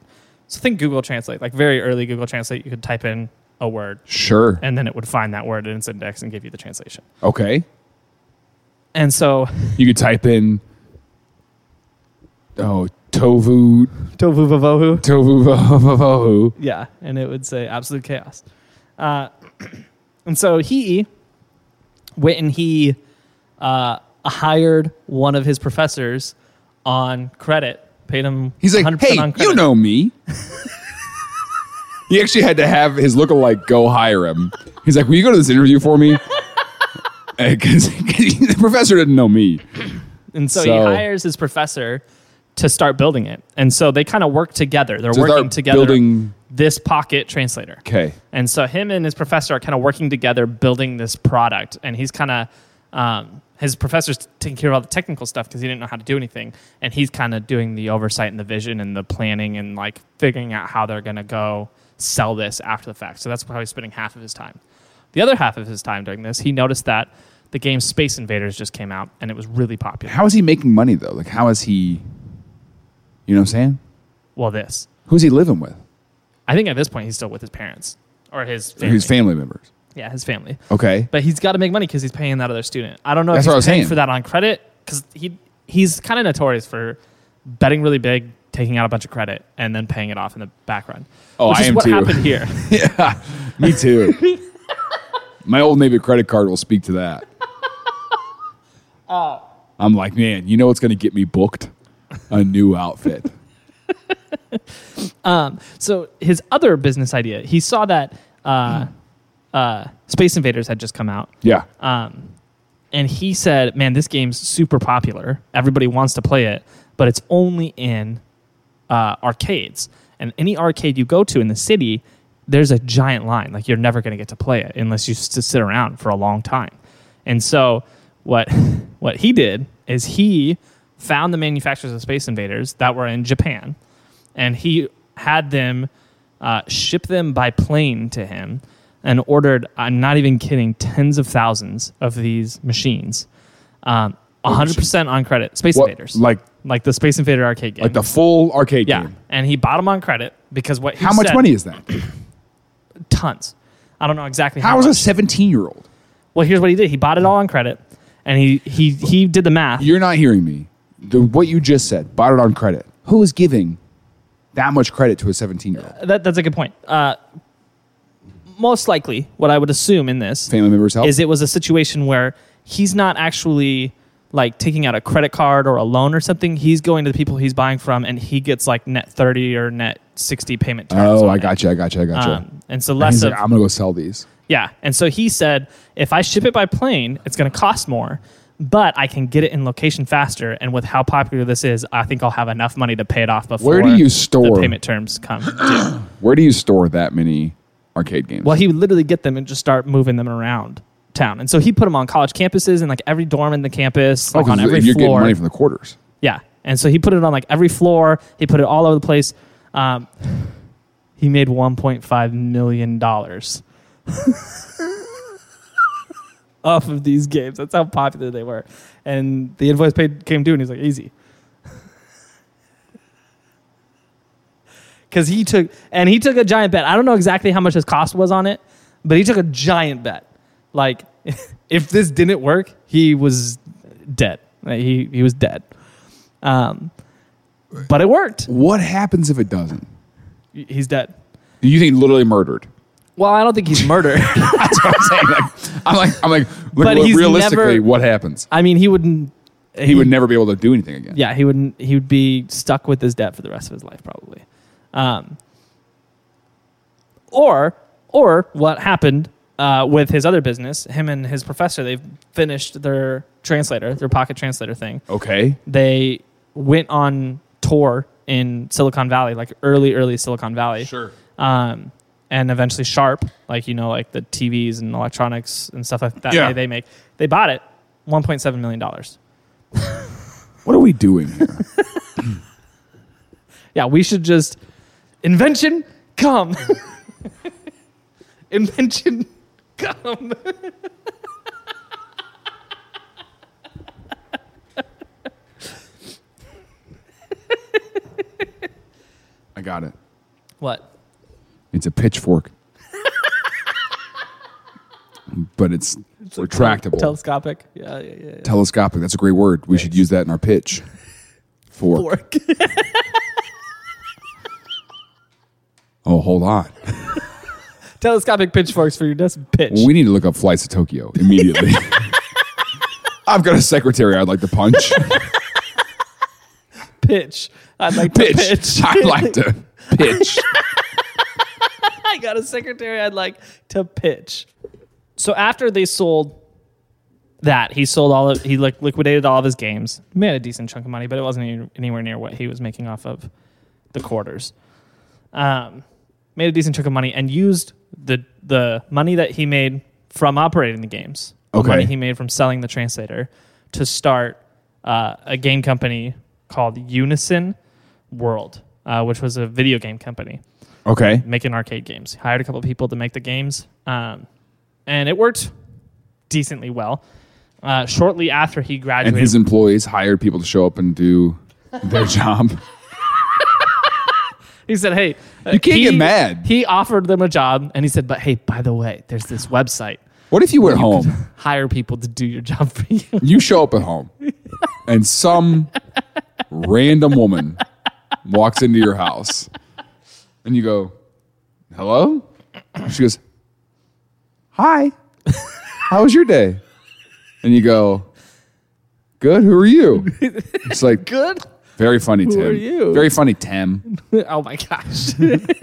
Speaker 1: So think Google Translate, like very early Google Translate, you could type in a word
Speaker 2: Sure.
Speaker 1: and then it would find that word in its index and give you the translation.
Speaker 2: Okay.
Speaker 1: And so
Speaker 2: You could type in oh tovu
Speaker 1: tovu vavohu.
Speaker 2: tovu vavohu.
Speaker 1: Yeah, and it would say absolute chaos. Uh, [clears throat] and so he went and he uh, hired one of his professors on credit, paid him.
Speaker 2: He's like,
Speaker 1: 100%
Speaker 2: hey,
Speaker 1: on credit.
Speaker 2: you know me. he actually had to have his lookalike go hire him. He's like, will you go to this interview for me? [laughs] Because the professor didn't know me.
Speaker 1: And so, he
Speaker 2: so-
Speaker 1: hires his professor to start building it. And so they kind of work together. They're
Speaker 2: So they're
Speaker 1: working together.
Speaker 2: building-
Speaker 1: this pocket translator.
Speaker 2: Okay.
Speaker 1: And so him and his professor are kind of working together, building this product. And he's kind of um, his professor's taking care of all the technical stuff because he didn't know how to do anything, and he's kind of doing the oversight and the vision and the planning and like figuring out how they're going to go sell this after the fact. So that's how he's spending half of his time. The other half of his time doing this, he noticed that the game Space Invaders just came out and it was really popular.
Speaker 2: How is he making money though? Like, how is he? You know what I'm saying?
Speaker 1: Well, this
Speaker 2: Who's he living with?
Speaker 1: I think at this point he's still with his parents or his
Speaker 2: Or
Speaker 1: family.
Speaker 2: His family members.
Speaker 1: yeah, his family.
Speaker 2: Okay.
Speaker 1: but he's got to make money because he's paying that other student. I don't know
Speaker 2: That's
Speaker 1: if
Speaker 2: what
Speaker 1: he's
Speaker 2: I was
Speaker 1: paying
Speaker 2: saying.
Speaker 1: for that on credit because he he's kind of notorious for betting really big, taking out a bunch of credit, and then paying it off in the back run.
Speaker 2: Oh,
Speaker 1: which
Speaker 2: I
Speaker 1: is
Speaker 2: am
Speaker 1: what
Speaker 2: too.
Speaker 1: happened here.
Speaker 2: [laughs] yeah.
Speaker 1: [laughs]
Speaker 2: Me too. My old Navy credit card will speak to that.
Speaker 1: Uh,
Speaker 2: I'm like, man, you know what's going to get me booked? A new
Speaker 1: [laughs]
Speaker 2: outfit.
Speaker 1: so his other business idea, he saw that uh, uh, Space Invaders had just come out,
Speaker 2: Yeah.
Speaker 1: um, and he said, "Man, this game's super popular. Everybody wants to play it, but it's only in uh, arcades. And any arcade you go to in the city, there's a giant line. Like you're never going to get to play it unless you s- sit around for a long time. And so what [laughs] what he did is he found the manufacturers of Space Invaders that were in Japan, and he had them uh, ship them by plane to him and ordered uh, i'm not even kidding tens of thousands of these machines um, 100% on credit space
Speaker 2: What-
Speaker 1: invaders
Speaker 2: like
Speaker 1: like the Space Invader arcade game.
Speaker 2: like the full arcade
Speaker 1: yeah,
Speaker 2: game.
Speaker 1: and he bought them on credit because what he
Speaker 2: How much
Speaker 1: said-
Speaker 2: money is that?
Speaker 1: Tons. I don't know exactly how.
Speaker 2: How is a
Speaker 1: much.
Speaker 2: 17 year old?
Speaker 1: Well, here's what he did. He bought it all on credit, and he he he did the math.
Speaker 2: You're not hearing me. The, what you just said, bought it on credit. Who is giving that much credit to a 17 year old?
Speaker 1: That, that's a good point. Uh, most likely, what I would assume in this
Speaker 2: Family members help?
Speaker 1: is it was a situation where he's not actually like taking out a credit card or a loan or something. He's going to the people he's buying from, and he gets like net thirty or net sixty payment terms.
Speaker 2: oh,
Speaker 1: on
Speaker 2: I
Speaker 1: it.
Speaker 2: got you. I got you. I got you.
Speaker 1: Um, and so
Speaker 2: And
Speaker 1: less
Speaker 2: he's
Speaker 1: of
Speaker 2: like, I'm going to go sell these.
Speaker 1: Yeah. And so he said, if I ship it by plane, it's going to cost more, but I can get it in location faster. And with how popular this is, I think I'll have enough money to pay it off before
Speaker 2: Where do you store-
Speaker 1: the payment terms come. due."
Speaker 2: Where do you store that many arcade games?
Speaker 1: well, he would literally get them and just start moving them around town. And so he put them on college campuses and like every dorm in the campus,
Speaker 2: Oh,
Speaker 1: like on
Speaker 2: 'cause
Speaker 1: every
Speaker 2: you're getting
Speaker 1: floor.
Speaker 2: money from the quarters.
Speaker 1: yeah. And so he put it on like every floor. He put it all over the place. Um, he made $1.5 million [laughs] off of these games. That's how popular they were. And the invoice paid came due, and he's like, easy. [laughs] Because he took, and he took a giant bet. I don't know exactly how much his cost was on it, but he took a giant bet. Like, [laughs] if this didn't work, he was dead. Like, he, he was dead. Um, but it worked.
Speaker 2: What happens if it doesn't?
Speaker 1: He's dead.
Speaker 2: You think literally murdered? [laughs]
Speaker 1: Well, I don't think [laughs] he's murdered.
Speaker 2: That's what I'm saying. Like, I'm like, I'm like, look,
Speaker 1: But
Speaker 2: look,
Speaker 1: he's
Speaker 2: realistically,
Speaker 1: never-
Speaker 2: what happens?
Speaker 1: I mean, he wouldn't.
Speaker 2: He would never be able to do anything again.
Speaker 1: Yeah, he wouldn't. He would be stuck with his debt for the rest of his life, probably. Um, or, or what happened uh, with his other business? Him and his professor, they finished their translator, their pocket translator thing.
Speaker 2: Okay.
Speaker 1: They went on tour in Silicon Valley, like early, early Silicon Valley. um, and eventually Sharp, like you know, like the TVs and electronics and stuff like that
Speaker 2: Yeah.
Speaker 1: they, they make, they bought it, one point seven million dollars.
Speaker 2: What are we doing here? [laughs]
Speaker 1: Yeah, we should just invention come. [laughs] invention come.
Speaker 2: I got it.
Speaker 1: What?
Speaker 2: It's a pitchfork. [laughs] but it's, retractable.
Speaker 1: Telescopic. Yeah, yeah, yeah. yeah.
Speaker 2: Telescopic. That's a great word. We should use that in our pitch.
Speaker 1: Fork.
Speaker 2: Fork. Oh, hold on.
Speaker 1: [laughs] Telescopic pitchforks for your desk pitch.
Speaker 2: We need to look up flights to Tokyo
Speaker 1: [laughs]
Speaker 2: immediately. [laughs] I've got a secretary I'd like
Speaker 1: [laughs]
Speaker 2: to punch.
Speaker 1: pitch. I'd like
Speaker 2: pitch.
Speaker 1: to
Speaker 2: [laughs]
Speaker 1: pitch.
Speaker 2: I'd like to
Speaker 1: [laughs]
Speaker 2: pitch.
Speaker 1: I got a secretary I'd like to pitch. So after they sold that, he sold all of he like liquidated all of his games. Made a decent chunk of money, but it wasn't any- anywhere near what he was making off of the quarters. Um, made a decent chunk of money and used the the money that he made from operating the games, the
Speaker 2: Okay.
Speaker 1: money he made from selling the translator, to start uh, a game company called Unison World, uh, which was a video game company
Speaker 2: Okay.
Speaker 1: making arcade games. Hired a couple people to make the games, um, and it worked decently well. Uh, shortly after he
Speaker 2: And
Speaker 1: graduated,
Speaker 2: his employees hired people to show up and do
Speaker 1: [laughs]
Speaker 2: their job.
Speaker 1: he said, "Hey, uh,
Speaker 2: You can't
Speaker 1: he-
Speaker 2: get mad.
Speaker 1: He offered them a job, and he said, "But hey, by the way, there's this website.
Speaker 2: What if you went home?
Speaker 1: [laughs] Hire people to do your job for you."
Speaker 2: You show up
Speaker 1: [laughs]
Speaker 2: at home and some random woman walks into your house and you go, Hello? She goes, Hi. How was your day? And you go, Good. Who are you? It's
Speaker 1: [laughs]
Speaker 2: like,
Speaker 1: Good.
Speaker 2: Very funny, Tim.
Speaker 1: are you?
Speaker 2: Very funny, Tim.
Speaker 1: oh my gosh. [laughs]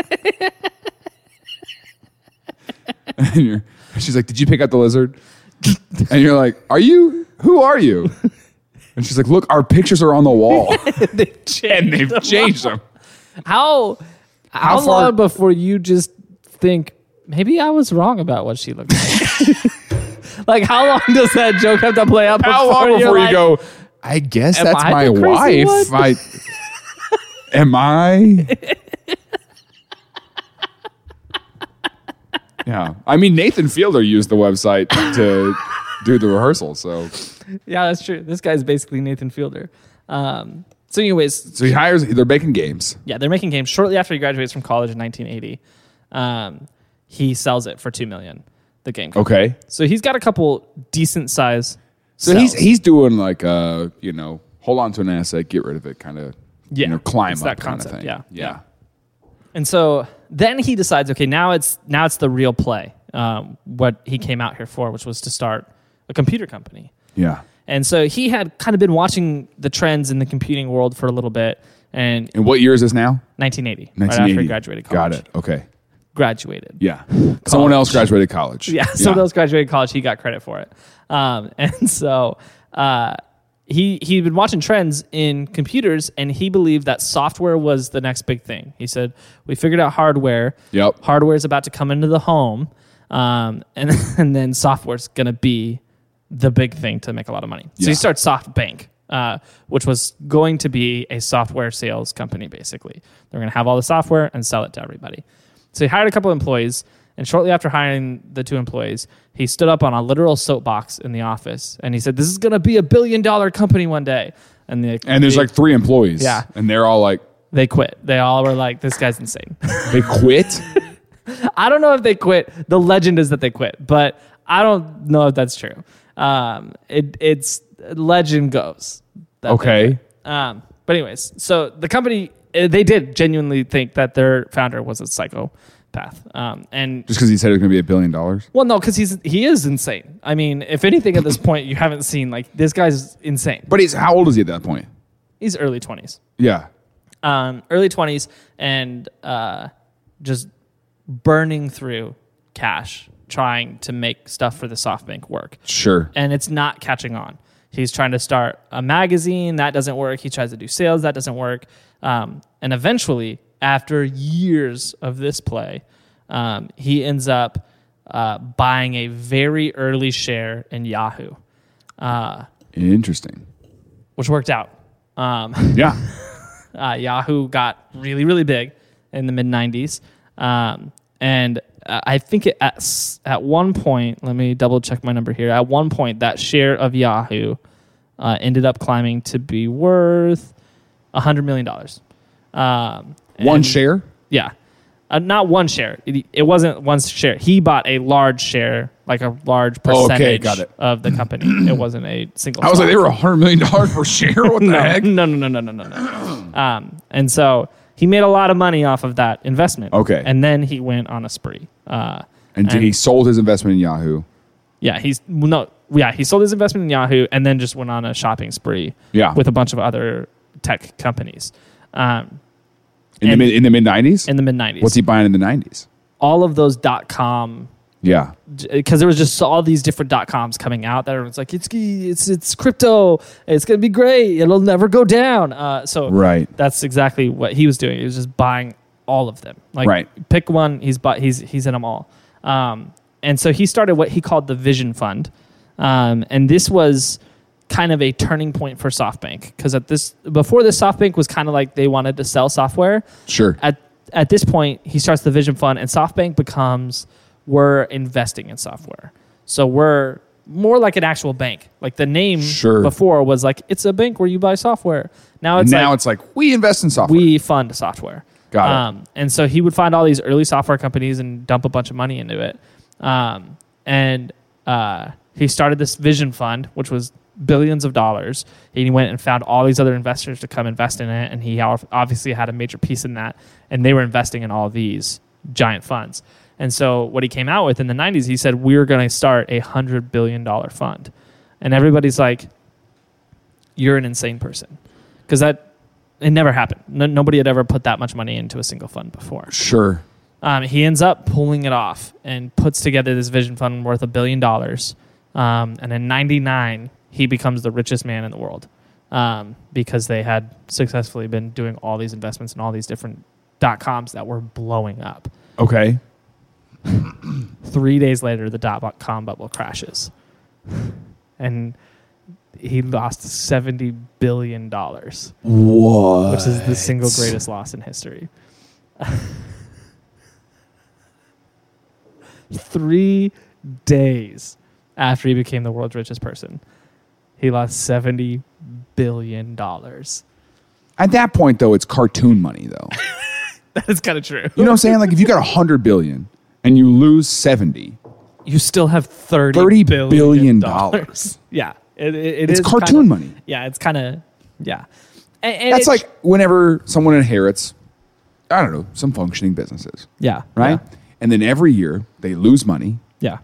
Speaker 2: [laughs] And you're, she's like, Did you pick up the lizard? [laughs] And you're like, Are you? Who are you? And she's like, Look, our pictures are on
Speaker 1: [laughs]
Speaker 2: the wall.
Speaker 1: they changed.
Speaker 2: [laughs] They've changed them.
Speaker 1: How? How,
Speaker 2: far-
Speaker 1: long before you just think maybe I was wrong about what she looked like?
Speaker 2: [laughs]
Speaker 1: like how long does that joke have to play out?
Speaker 2: How
Speaker 1: before,
Speaker 2: long
Speaker 1: you're
Speaker 2: before you
Speaker 1: like,
Speaker 2: go? I guess that's
Speaker 1: I
Speaker 2: my
Speaker 1: the crazy
Speaker 2: wife.
Speaker 1: one?"
Speaker 2: I,
Speaker 1: [laughs]
Speaker 2: am I? yeah, I mean Nathan Fielder used the website to do the rehearsal, so
Speaker 1: Yeah, that's true. This guy's basically Nathan Fielder. Um, so, anyways,
Speaker 2: so he hires. They're making games.
Speaker 1: yeah, they're making games. Shortly after he graduates from college in 1980, um, he sells it for two million. The game. company.
Speaker 2: Okay,
Speaker 1: So he's got a couple decent size.
Speaker 2: so he's he's doing like uh you know hold on to an asset, get rid of it, kind of
Speaker 1: Yeah,
Speaker 2: you know climb
Speaker 1: it's
Speaker 2: up
Speaker 1: that
Speaker 2: kind of
Speaker 1: concept,
Speaker 2: thing.
Speaker 1: yeah,
Speaker 2: yeah.
Speaker 1: And so then he decides, okay, now it's now it's the real play. Um, what he came out here for, which was to start a computer company.
Speaker 2: yeah.
Speaker 1: And so he had kind of been watching the trends in the computing world for a little bit. And
Speaker 2: And what year is this now?
Speaker 1: 1980, right
Speaker 2: 1980.
Speaker 1: after he graduated college.
Speaker 2: Got it. Okay.
Speaker 1: Graduated. [laughs] [sighs]
Speaker 2: Yeah. Someone else graduated college.
Speaker 1: Yeah, someone else graduated college. He got credit for it. Um, [laughs] and so uh, he he'd been watching trends in computers, and he believed that software was the next big thing. He said, "We figured out hardware.
Speaker 2: Yep.
Speaker 1: hardware is about to come into the home, um, and [laughs] and then software's gonna be the big thing to make a lot of money." So
Speaker 2: Yeah.
Speaker 1: he starts SoftBank. Uh, which was going to be a software sales company, basically. They're going to have all the software and sell it to everybody. So he hired a couple employees, and shortly after hiring the two employees, he stood up on a literal soapbox in the office and he said, "This is going to be a billion dollar company one day." And the,
Speaker 2: And there's
Speaker 1: they,
Speaker 2: like three employees.
Speaker 1: Yeah.
Speaker 2: And they're all like,
Speaker 1: they quit. They all were like, "This guy's insane." [laughs]
Speaker 2: they quit?
Speaker 1: I don't know if they quit. The legend is that they quit, but I don't know if that's true. Um, it, it's legend goes. that they
Speaker 2: okay.
Speaker 1: Um, but anyways, so the company uh, they did genuinely think that their founder was a psychopath, um, and
Speaker 2: Just because he said it was going to be a billion dollars?
Speaker 1: well, no, because he's he is insane. I mean, if anything at this point, you haven't seen like this guy's insane.
Speaker 2: But he's, how old is he at that point?
Speaker 1: He's early twenties,
Speaker 2: Yeah.
Speaker 1: um, early twenties, and uh, just burning through cash trying to make stuff for the SoftBank work.
Speaker 2: Sure.
Speaker 1: and it's not catching on. He's trying to start a magazine that doesn't work. He tries to do sales that doesn't work, um, and eventually, after years of this play, um, he ends up uh, buying a very early share in Yahoo, uh,
Speaker 2: Interesting.
Speaker 1: which worked out Um,
Speaker 2: Yeah.
Speaker 1: uh, Yahoo got really, really big in the mid 90s. Um, and uh, I think it at, s- at one point, let me double check my number here. At one point, that share of Yahoo uh, ended up climbing to be worth $100 million. Um,
Speaker 2: One
Speaker 1: and-
Speaker 2: share?
Speaker 1: yeah. Uh, not one share. It, it wasn't one share. He bought a large share, like a large
Speaker 2: Oh, okay,
Speaker 1: percentage
Speaker 2: got it.
Speaker 1: of the company. it wasn't a single.
Speaker 2: I was like,
Speaker 1: stock.
Speaker 2: they were a $100 million per share? What the
Speaker 1: no,
Speaker 2: heck?
Speaker 1: no, no, no, no, no, no. um, and so he made a lot of money off of that investment.
Speaker 2: Okay.
Speaker 1: And then he went on a spree. Uh,
Speaker 2: And, he sold his investment in Yahoo.
Speaker 1: yeah, he's well, no, yeah, he sold his investment in Yahoo and then just went on a shopping spree.
Speaker 2: Yeah.
Speaker 1: With a bunch of other tech companies. Um,
Speaker 2: In
Speaker 1: And-
Speaker 2: the mid in the mid nineties?
Speaker 1: in the mid 90s.
Speaker 2: What's he buying in the nineties?
Speaker 1: All of those dot com
Speaker 2: Yeah.
Speaker 1: because there was just all these different dot coms coming out that everyone's like it's it's it's crypto it's gonna be great it'll never go down uh, so
Speaker 2: Right.
Speaker 1: that's exactly what he was doing he was just buying all of them like
Speaker 2: Right.
Speaker 1: pick one he's bought he's he's in them all um, and so he started what he called the vision fund um, and this was kind of a turning point for softbank because at this before this softbank was kind of like they wanted to sell software
Speaker 2: Sure.
Speaker 1: at at this point, he starts the Vision Fund, and SoftBank becomes we're investing in software. So we're more like an actual bank. Like the name
Speaker 2: Sure.
Speaker 1: before was like it's a bank where you buy software. Now it's
Speaker 2: now
Speaker 1: like
Speaker 2: it's like we invest in software.
Speaker 1: we fund software. Um,
Speaker 2: Got it.
Speaker 1: and so he would find all these early software companies and dump a bunch of money into it. Um, and uh, he started this Vision Fund, which was billions of dollars. And he went and found all these other investors to come invest in it. And he al- obviously had a major piece in that. And they were investing in all these giant funds. And so what he came out with in the 90s, he said, We're going to start a $100 billion fund. And everybody's like, You're an insane person. Because that it never happened. No, nobody had ever put that much money into a single fund before.
Speaker 2: sure.
Speaker 1: Um, he ends up pulling it off and puts together this vision fund worth a billion dollars. Um, and in '99, he becomes the richest man in the world um, because they had successfully been doing all these investments in all these different dot coms that were blowing up.
Speaker 2: Okay.
Speaker 1: Three days later, the dot com bubble crashes, [sighs] and he lost seventy billion dollars.
Speaker 2: What?
Speaker 1: which is the single greatest loss in history. [laughs] Three days after he became the world's richest person, he lost seventy billion dollars. [laughs]
Speaker 2: At that point though, it's cartoon money though.
Speaker 1: That is kind of true.
Speaker 2: You know what I'm saying? Like if you got a hundred billion and you lose seventy,
Speaker 1: You still have 30,
Speaker 2: 30
Speaker 1: billion,
Speaker 2: billion
Speaker 1: dollars.
Speaker 2: dollars.
Speaker 1: [laughs] Yeah, it, it- it
Speaker 2: It's
Speaker 1: is kinda-
Speaker 2: cartoon money.
Speaker 1: Yeah, it's kind of yeah. And, and it's-
Speaker 2: that's like whenever someone inherits, I don't know, some functioning businesses,
Speaker 1: yeah,
Speaker 2: right? And then every year they lose money,
Speaker 1: Yeah,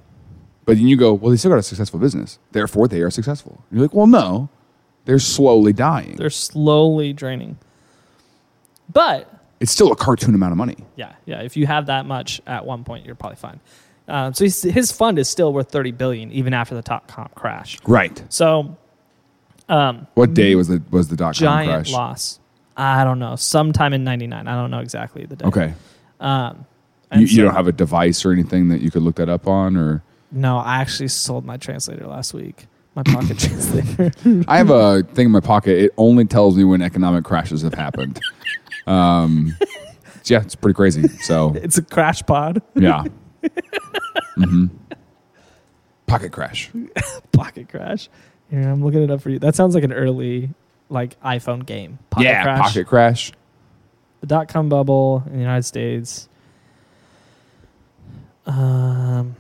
Speaker 2: but then you go, well, they still got a successful business, therefore they are successful. And you're like, well, no, they're slowly dying.
Speaker 1: they're slowly draining, but
Speaker 2: it's still a cartoon amount of money.
Speaker 1: Yeah, yeah. If you have that much at one point, you're probably fine. Um, so he's, his fund is still worth thirty billion, even after the dot com crash.
Speaker 2: Right.
Speaker 1: So
Speaker 2: What day was the was the dot com
Speaker 1: Mm-hmm. giant
Speaker 2: crash?
Speaker 1: loss. I don't know. Sometime in '99. I don't know exactly the day.
Speaker 2: Okay.
Speaker 1: And
Speaker 2: you, you
Speaker 1: so-
Speaker 2: don't have a device or anything that you could look that up on, or
Speaker 1: No, I actually sold my translator last week. My pocket [laughs] translator.
Speaker 2: I have a thing in my pocket. It only tells me when economic crashes have happened. um, [laughs] yeah, it's pretty crazy. So
Speaker 1: It's a crash pod. [laughs]
Speaker 2: Yeah. hmm Pocket crash.
Speaker 1: Pocket crash. Here, I'm looking it up for you. That sounds like an early, like iPhone game. Pocket
Speaker 2: yeah,
Speaker 1: crash.
Speaker 2: pocket crash.
Speaker 1: the dot com bubble in the United States. Um,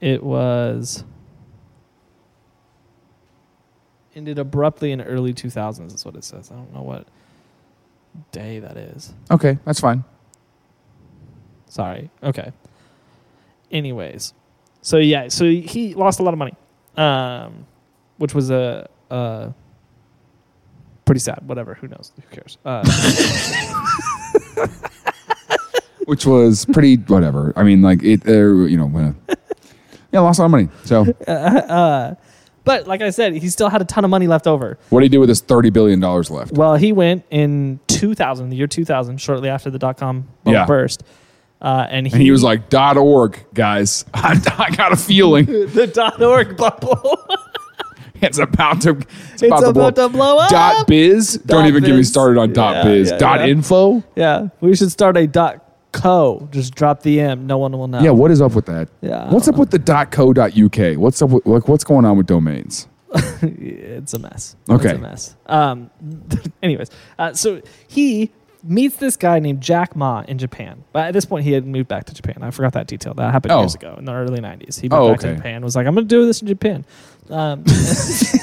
Speaker 1: it was ended abruptly in early 2000s is what it says. I don't know what day that is.
Speaker 2: Okay, that's fine.
Speaker 1: Sorry. Okay. Anyways, so yeah, so he lost a lot of money, um, which was a, a pretty sad. Whatever. Who knows? Who cares? Uh,
Speaker 2: Which was pretty [laughs] whatever. I mean, like it. Uh, you know, when a, yeah, lost a lot of money. So
Speaker 1: But like I said, he still had a ton of money left over.
Speaker 2: what do you do with this thirty billion dollars left?
Speaker 1: Well, he went in 2000, the year 2000, shortly after the dot com bubble
Speaker 2: Yeah.
Speaker 1: burst. Uh, and, he,
Speaker 2: And he was like
Speaker 1: [laughs]
Speaker 2: dot [laughs] org guys. I, I got a feeling. [laughs]
Speaker 1: the dot org bubble.
Speaker 2: it's about to. It's,
Speaker 1: about to blow up.
Speaker 2: Dot biz. Don't even get me
Speaker 1: biz.
Speaker 2: started on dot
Speaker 1: Yeah,
Speaker 2: biz.
Speaker 1: yeah,
Speaker 2: dot
Speaker 1: yeah.
Speaker 2: info.
Speaker 1: Yeah, we should start a dot co. Just drop the M. No one will know.
Speaker 2: Yeah, what is up with that?
Speaker 1: Yeah, I
Speaker 2: What's
Speaker 1: don't
Speaker 2: up with the dot co dot uk? What's up with like what's going on with domains?
Speaker 1: [laughs] it's a mess.
Speaker 2: Okay.
Speaker 1: It's a mess. Um, [laughs] anyways, uh, so he meets this guy named Jack Ma in Japan. But at this point, he had moved back to Japan. I forgot that detail. That happened
Speaker 2: Oh.
Speaker 1: years ago in the early 90s. He moved
Speaker 2: Oh,
Speaker 1: back to
Speaker 2: okay.
Speaker 1: Japan was like, I'm going to do this in Japan. Um,
Speaker 2: [laughs]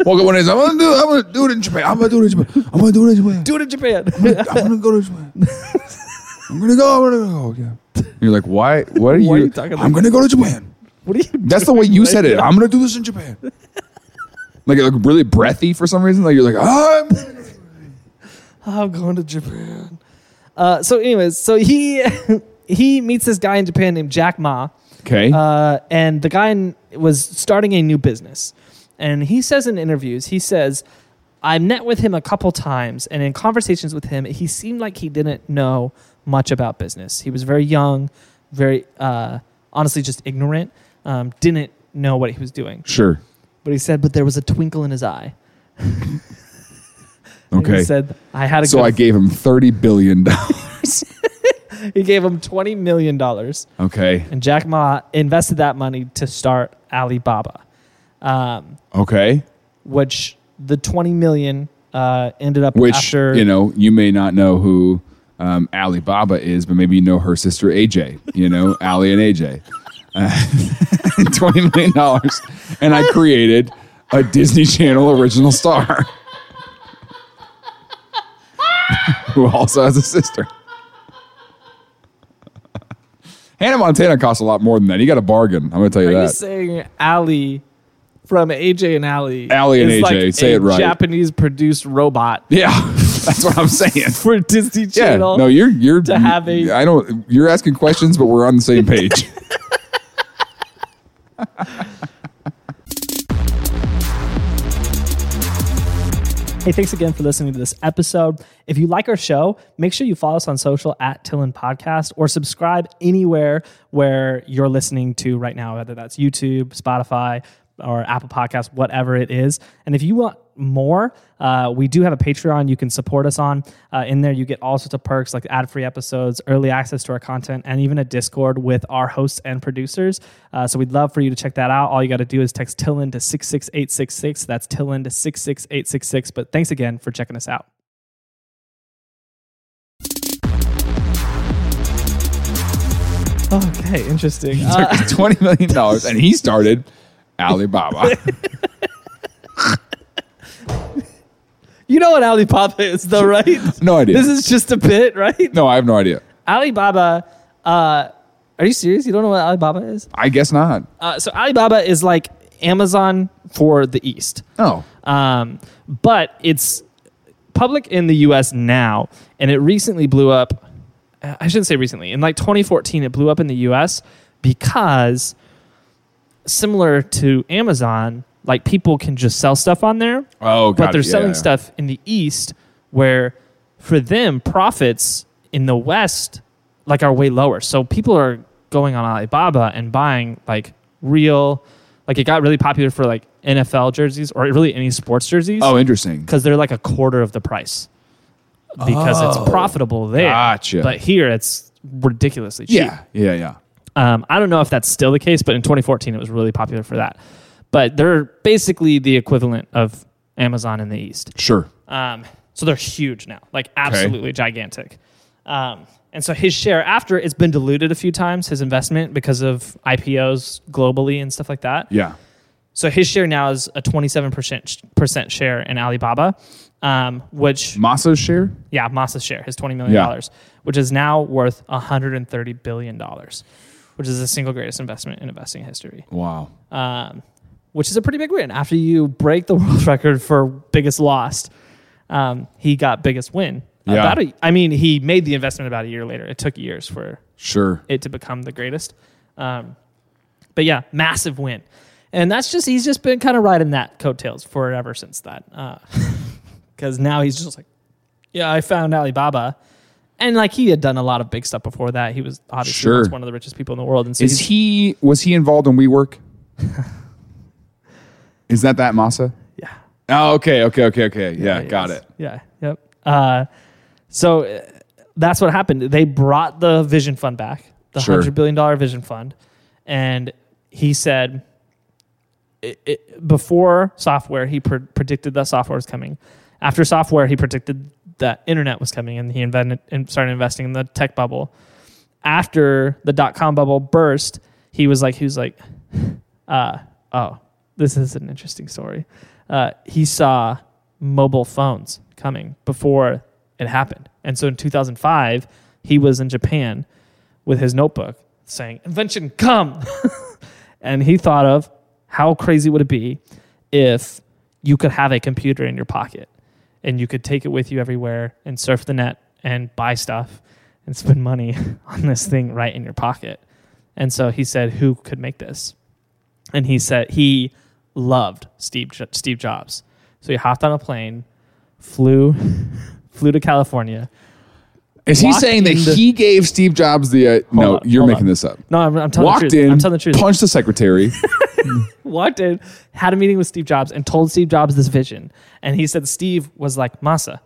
Speaker 1: [laughs]
Speaker 2: Well, one is I'm gonna do I'm gonna do it in Japan. I'm gonna do it in Japan. I'm gonna do it in [laughs] Japan.
Speaker 1: do it in Japan. [laughs]
Speaker 2: I'm gonna go to [laughs] Japan. I'm gonna go. I'm gonna go. Yeah. You're like, why? What are you?
Speaker 1: Why are you talking like
Speaker 2: I'm gonna go to Japan.
Speaker 1: what are you
Speaker 2: That's the way you said it.
Speaker 1: [laughs]
Speaker 2: I'm gonna do this in Japan. Like, like really breathy for some reason. Like you're like, ah, I'm-
Speaker 1: I'm going to Japan. Uh, so, anyways, so he [laughs] he meets this guy in Japan named Jack Ma,
Speaker 2: okay.
Speaker 1: uh, and the guy n- was starting a new business. And he says in interviews, he says, "I met with him a couple times, and in conversations with him, he seemed like he didn't know much about business. He was very young, very uh, honestly just ignorant. Um, didn't know what he was doing.
Speaker 2: sure.
Speaker 1: But he said, but there was a twinkle in his eye. And
Speaker 2: Okay.
Speaker 1: he said, I had a
Speaker 2: So
Speaker 1: good
Speaker 2: I gave him thirty billion
Speaker 1: [laughs]
Speaker 2: dollars.
Speaker 1: He gave him $20 million, and
Speaker 2: Okay.
Speaker 1: Jack Ma invested that money to start Alibaba, um,
Speaker 2: Okay.
Speaker 1: which the $20 million uh, ended up
Speaker 2: Which
Speaker 1: after.
Speaker 2: you know, you may not know who um, Alibaba is, but maybe you know her sister AJ.
Speaker 1: [laughs]
Speaker 2: You know, Ali and AJ. Uh, [laughs] Twenty million dollars, and I created a Disney Channel original star [laughs] who also has a sister. Hannah Montana costs a lot more than that. You got a bargain. I'm going to tell you
Speaker 1: Are you
Speaker 2: that.
Speaker 1: saying Ali from AJ and Ali?
Speaker 2: Ali and
Speaker 1: is
Speaker 2: AJ,
Speaker 1: like
Speaker 2: say
Speaker 1: a
Speaker 2: it right.
Speaker 1: Japanese produced robot
Speaker 2: yeah, [laughs] that's what I'm saying.
Speaker 1: for Disney
Speaker 2: Yeah,
Speaker 1: Channel.
Speaker 2: no, you're you're
Speaker 1: to have a-
Speaker 2: I don't. You're asking questions, but we're on the same [laughs] page.
Speaker 1: Hey, thanks again for listening to this episode. If you like our show, make sure you follow us on social at Tillin Podcast or subscribe anywhere where you're listening to right now, whether that's YouTube, Spotify, or Apple Podcasts, whatever it is. And if you want more, uh, we do have a Patreon you can support us on. Uh, in there, you get all sorts of perks like ad free episodes, early access to our content, and even a Discord with our hosts and producers. Uh, so we'd love for you to check that out. All you got to do is text Tillin to 66866. That's Tillin to 66866. But thanks again for checking us out. Okay,
Speaker 2: [laughs]
Speaker 1: interesting. Uh,
Speaker 2: Twenty million dollars, and he started [laughs] Alibaba.
Speaker 1: you know what Alibaba is, though, right?
Speaker 2: No idea.
Speaker 1: This is just a bit, right?
Speaker 2: no, I have no idea.
Speaker 1: Alibaba. Uh, are you serious? You don't know what Alibaba is?
Speaker 2: I guess not.
Speaker 1: Uh, so Alibaba is like Amazon for the East,
Speaker 2: Oh,
Speaker 1: um, but it's public in the U.S. now, and it recently blew up. uh, I shouldn't say recently. In like 2014, it blew up in the U.S. because similar to Amazon, like people can just sell stuff on there,
Speaker 2: oh, got
Speaker 1: but they're
Speaker 2: it.
Speaker 1: selling
Speaker 2: Yeah.
Speaker 1: stuff in the East where for them profits in the West like are way lower. So people are going on Alibaba and buying like real like it got really popular for like NFL jerseys or really any sports jerseys
Speaker 2: Oh, interesting.
Speaker 1: cuz they're like a quarter of the price because it's profitable there.
Speaker 2: Oh. gotcha.
Speaker 1: But here it's ridiculously cheap.
Speaker 2: Yeah, yeah, yeah.
Speaker 1: Um, I don't know if that's still the case, but in 2014 it was really popular for that. But they're basically the equivalent of Amazon in the East.
Speaker 2: Sure.
Speaker 1: Um, so they're huge now, like absolutely gigantic. Um, and so his share after it's been diluted a few times, his investment because of IPOs globally and stuff like that.
Speaker 2: Yeah.
Speaker 1: So his share now is a 27% sh- percent share in Alibaba, um, which,
Speaker 2: Masa's share.
Speaker 1: yeah, Masa's share, his $20 million,
Speaker 2: Yeah.
Speaker 1: which is now worth $130 billion, which is the single greatest investment in investing history
Speaker 2: Wow.
Speaker 1: um, which is a pretty big win. After you break the [laughs] world record for biggest lost, um, he got biggest win.
Speaker 2: Yeah.
Speaker 1: About a, I mean, he made the investment about a year later. It took years for
Speaker 2: Sure.
Speaker 1: it to become the greatest. Um, but yeah, massive win. And that's just, he's just been kind of riding that coattails forever since that. [laughs] Because now he's just like, yeah, I found Alibaba. And like he had done a lot of big stuff before that. He was obviously
Speaker 2: Sure.
Speaker 1: once one of the richest people in the world. And so
Speaker 2: Is [laughs]
Speaker 1: he's-
Speaker 2: he was he involved in WeWork? Is that that masa?
Speaker 1: Yeah.
Speaker 2: Oh, okay, okay, okay, okay. Yeah,
Speaker 1: Yeah,
Speaker 2: got
Speaker 1: yes.
Speaker 2: it.
Speaker 1: Yeah. Yep. Uh, so uh, that's what happened. They brought the Vision Fund back, the
Speaker 2: Sure.
Speaker 1: hundred billion dollar Vision Fund, and he said, i i before software, he pre- predicted that software was coming. After software, he predicted that internet was coming, and he invented and started investing in the tech bubble. After the dot com bubble burst, he was like, he was like, [sighs] uh, oh, this is an interesting story. Uh, he saw mobile phones coming before it happened. And so in 2005, he was in Japan with his notebook saying, Invention, come! [laughs] and he thought of how crazy would it be if you could have a computer in your pocket and you could take it with you everywhere and surf the net and buy stuff and spend money [laughs] on this thing right in your pocket. And so he said, Who could make this? and he said he loved Steve Jo- Steve Jobs. So he hopped on a plane, flew [laughs] flew to California.
Speaker 2: Is he
Speaker 1: Walked
Speaker 2: saying that
Speaker 1: in the-
Speaker 2: he gave Steve Jobs the? Uh, no,
Speaker 1: up,
Speaker 2: you're
Speaker 1: hold
Speaker 2: making
Speaker 1: up.
Speaker 2: this up.
Speaker 1: No, I'm, I'm telling the
Speaker 2: Walked
Speaker 1: truth.
Speaker 2: in,
Speaker 1: I'm telling the truth.
Speaker 2: punched
Speaker 1: [laughs]
Speaker 2: the secretary.
Speaker 1: Walked in, had a meeting with Steve Jobs, and told Steve Jobs this vision. And he said Steve was like Masa.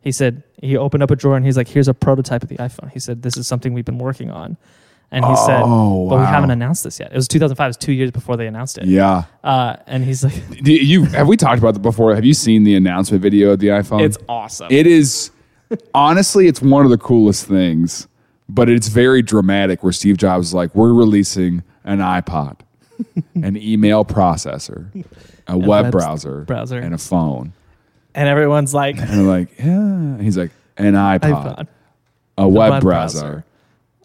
Speaker 1: He said he opened up a drawer and he's like, "Here's a prototype of the iPhone." He said, "This is something we've been working on." And he said,
Speaker 2: Oh,
Speaker 1: "But we
Speaker 2: wow.
Speaker 1: haven't announced this yet." It was 2005. It was two years before they announced it.
Speaker 2: yeah.
Speaker 1: Uh, and he's like, [laughs]
Speaker 2: Do you have we talked about that before? Have you seen the announcement video of the iPhone?
Speaker 1: "It's awesome."
Speaker 2: It is honestly, it's one of the coolest things, but it's very dramatic. Where Steve Jobs is like, "We're releasing
Speaker 1: [laughs]
Speaker 2: an iPod, an email processor, a web
Speaker 1: web
Speaker 2: browser,
Speaker 1: browser.
Speaker 2: and a phone."
Speaker 1: and everyone's like,
Speaker 2: And they're like, "Yeah." And he's like, "An iPod,
Speaker 1: "iPhone."
Speaker 2: a web,
Speaker 1: web
Speaker 2: browser,
Speaker 1: browser,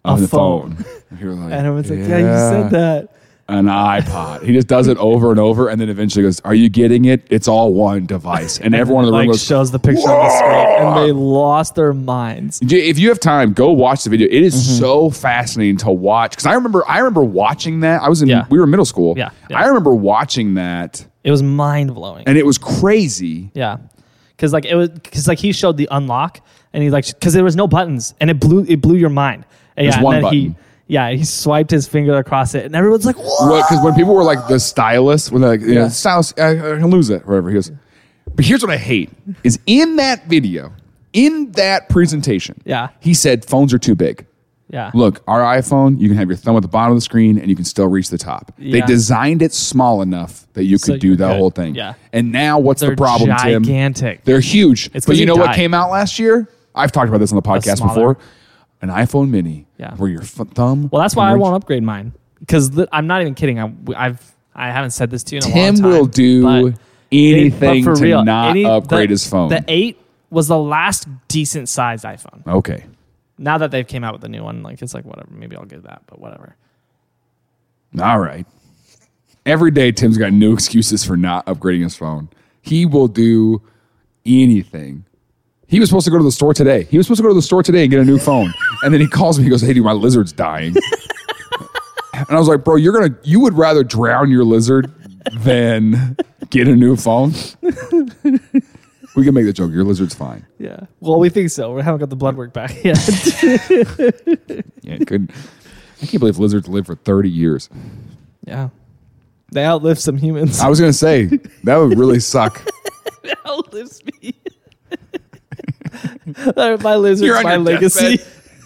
Speaker 2: on the
Speaker 1: phone."
Speaker 2: phone."
Speaker 1: [laughs]
Speaker 2: And you're like,
Speaker 1: And everyone's like, yeah, you said that.
Speaker 2: An iPod. He just does it over and over, and then eventually goes, "Are you getting it? It's all one device." And, everyone in the
Speaker 1: like
Speaker 2: room goes,
Speaker 1: shows the picture on the screen, and they lost their minds.
Speaker 2: J- if you have time, go watch the video. It is
Speaker 1: Mm-hmm.
Speaker 2: so fascinating to watch because I remember I remember watching that. I was in
Speaker 1: Yeah.
Speaker 2: we were in middle school.
Speaker 1: Yeah, yeah.
Speaker 2: I remember watching that,
Speaker 1: It was mind blowing.
Speaker 2: and it was crazy.
Speaker 1: Yeah, because like it was because like he showed the unlock, and he like because there was no buttons, and it blew it blew your mind. And
Speaker 2: There's
Speaker 1: yeah, and
Speaker 2: one
Speaker 1: then he
Speaker 2: button.
Speaker 1: yeah he swiped his finger across it, and everyone's like, "Whoa!"
Speaker 2: Because when people were like the stylus, when they're like you know, stylus, I, I can lose it, whatever. He goes. But here's what I hate: is in that video, in that presentation,
Speaker 1: Yeah.
Speaker 2: he said phones are too big.
Speaker 1: Yeah,
Speaker 2: Look, our iPhone, you can have your thumb at the bottom of the screen and you can still reach the top. They
Speaker 1: Yeah.
Speaker 2: designed it small enough that you could
Speaker 1: So
Speaker 2: do
Speaker 1: you
Speaker 2: that
Speaker 1: could,
Speaker 2: whole thing.
Speaker 1: yeah.
Speaker 2: And now what's
Speaker 1: they're
Speaker 2: the problem, Tim?
Speaker 1: gigantic.
Speaker 2: They're huge.
Speaker 1: It's 'cause
Speaker 2: but you
Speaker 1: you
Speaker 2: know what
Speaker 1: died.
Speaker 2: came out last year? I've talked about this on the podcast
Speaker 1: smaller-
Speaker 2: before. An iPhone mini
Speaker 1: Yeah.
Speaker 2: where your f- thumb.
Speaker 1: well, that's
Speaker 2: can
Speaker 1: why I
Speaker 2: reach-
Speaker 1: won't upgrade mine because I'm not even kidding. I, I've I haven't said this to you in a
Speaker 2: Tim
Speaker 1: long time.
Speaker 2: will do
Speaker 1: but-
Speaker 2: anything
Speaker 1: But for
Speaker 2: to
Speaker 1: real,
Speaker 2: not
Speaker 1: any-
Speaker 2: upgrade
Speaker 1: the-
Speaker 2: his phone.
Speaker 1: The eight was the last decent sized iPhone.
Speaker 2: okay.
Speaker 1: Now that they've came out with the new one, like it's like whatever. Maybe I'll get that, but whatever.
Speaker 2: All right. Every day, Tim's got new [laughs] excuses for not upgrading his phone. He will do anything. He was supposed to go to the store today. He was supposed to go to the store today and get a new phone. And then he calls me. He goes, "Hey, dude, my lizard's dying." and I was like, "Bro, you're gonna you would rather drown your lizard than get a new phone." we can make the joke. Your lizard's fine.
Speaker 1: Yeah. Well, we think so. We haven't got the blood work back [laughs] yet.
Speaker 2: Yeah, it couldn't. I can't believe lizards live for thirty years.
Speaker 1: yeah. They outlive some humans.
Speaker 2: I was gonna say that would really suck.
Speaker 1: [laughs] They outlives me. [laughs] my lizard's
Speaker 2: You're on
Speaker 1: my
Speaker 2: your
Speaker 1: legacy.
Speaker 2: deathbed.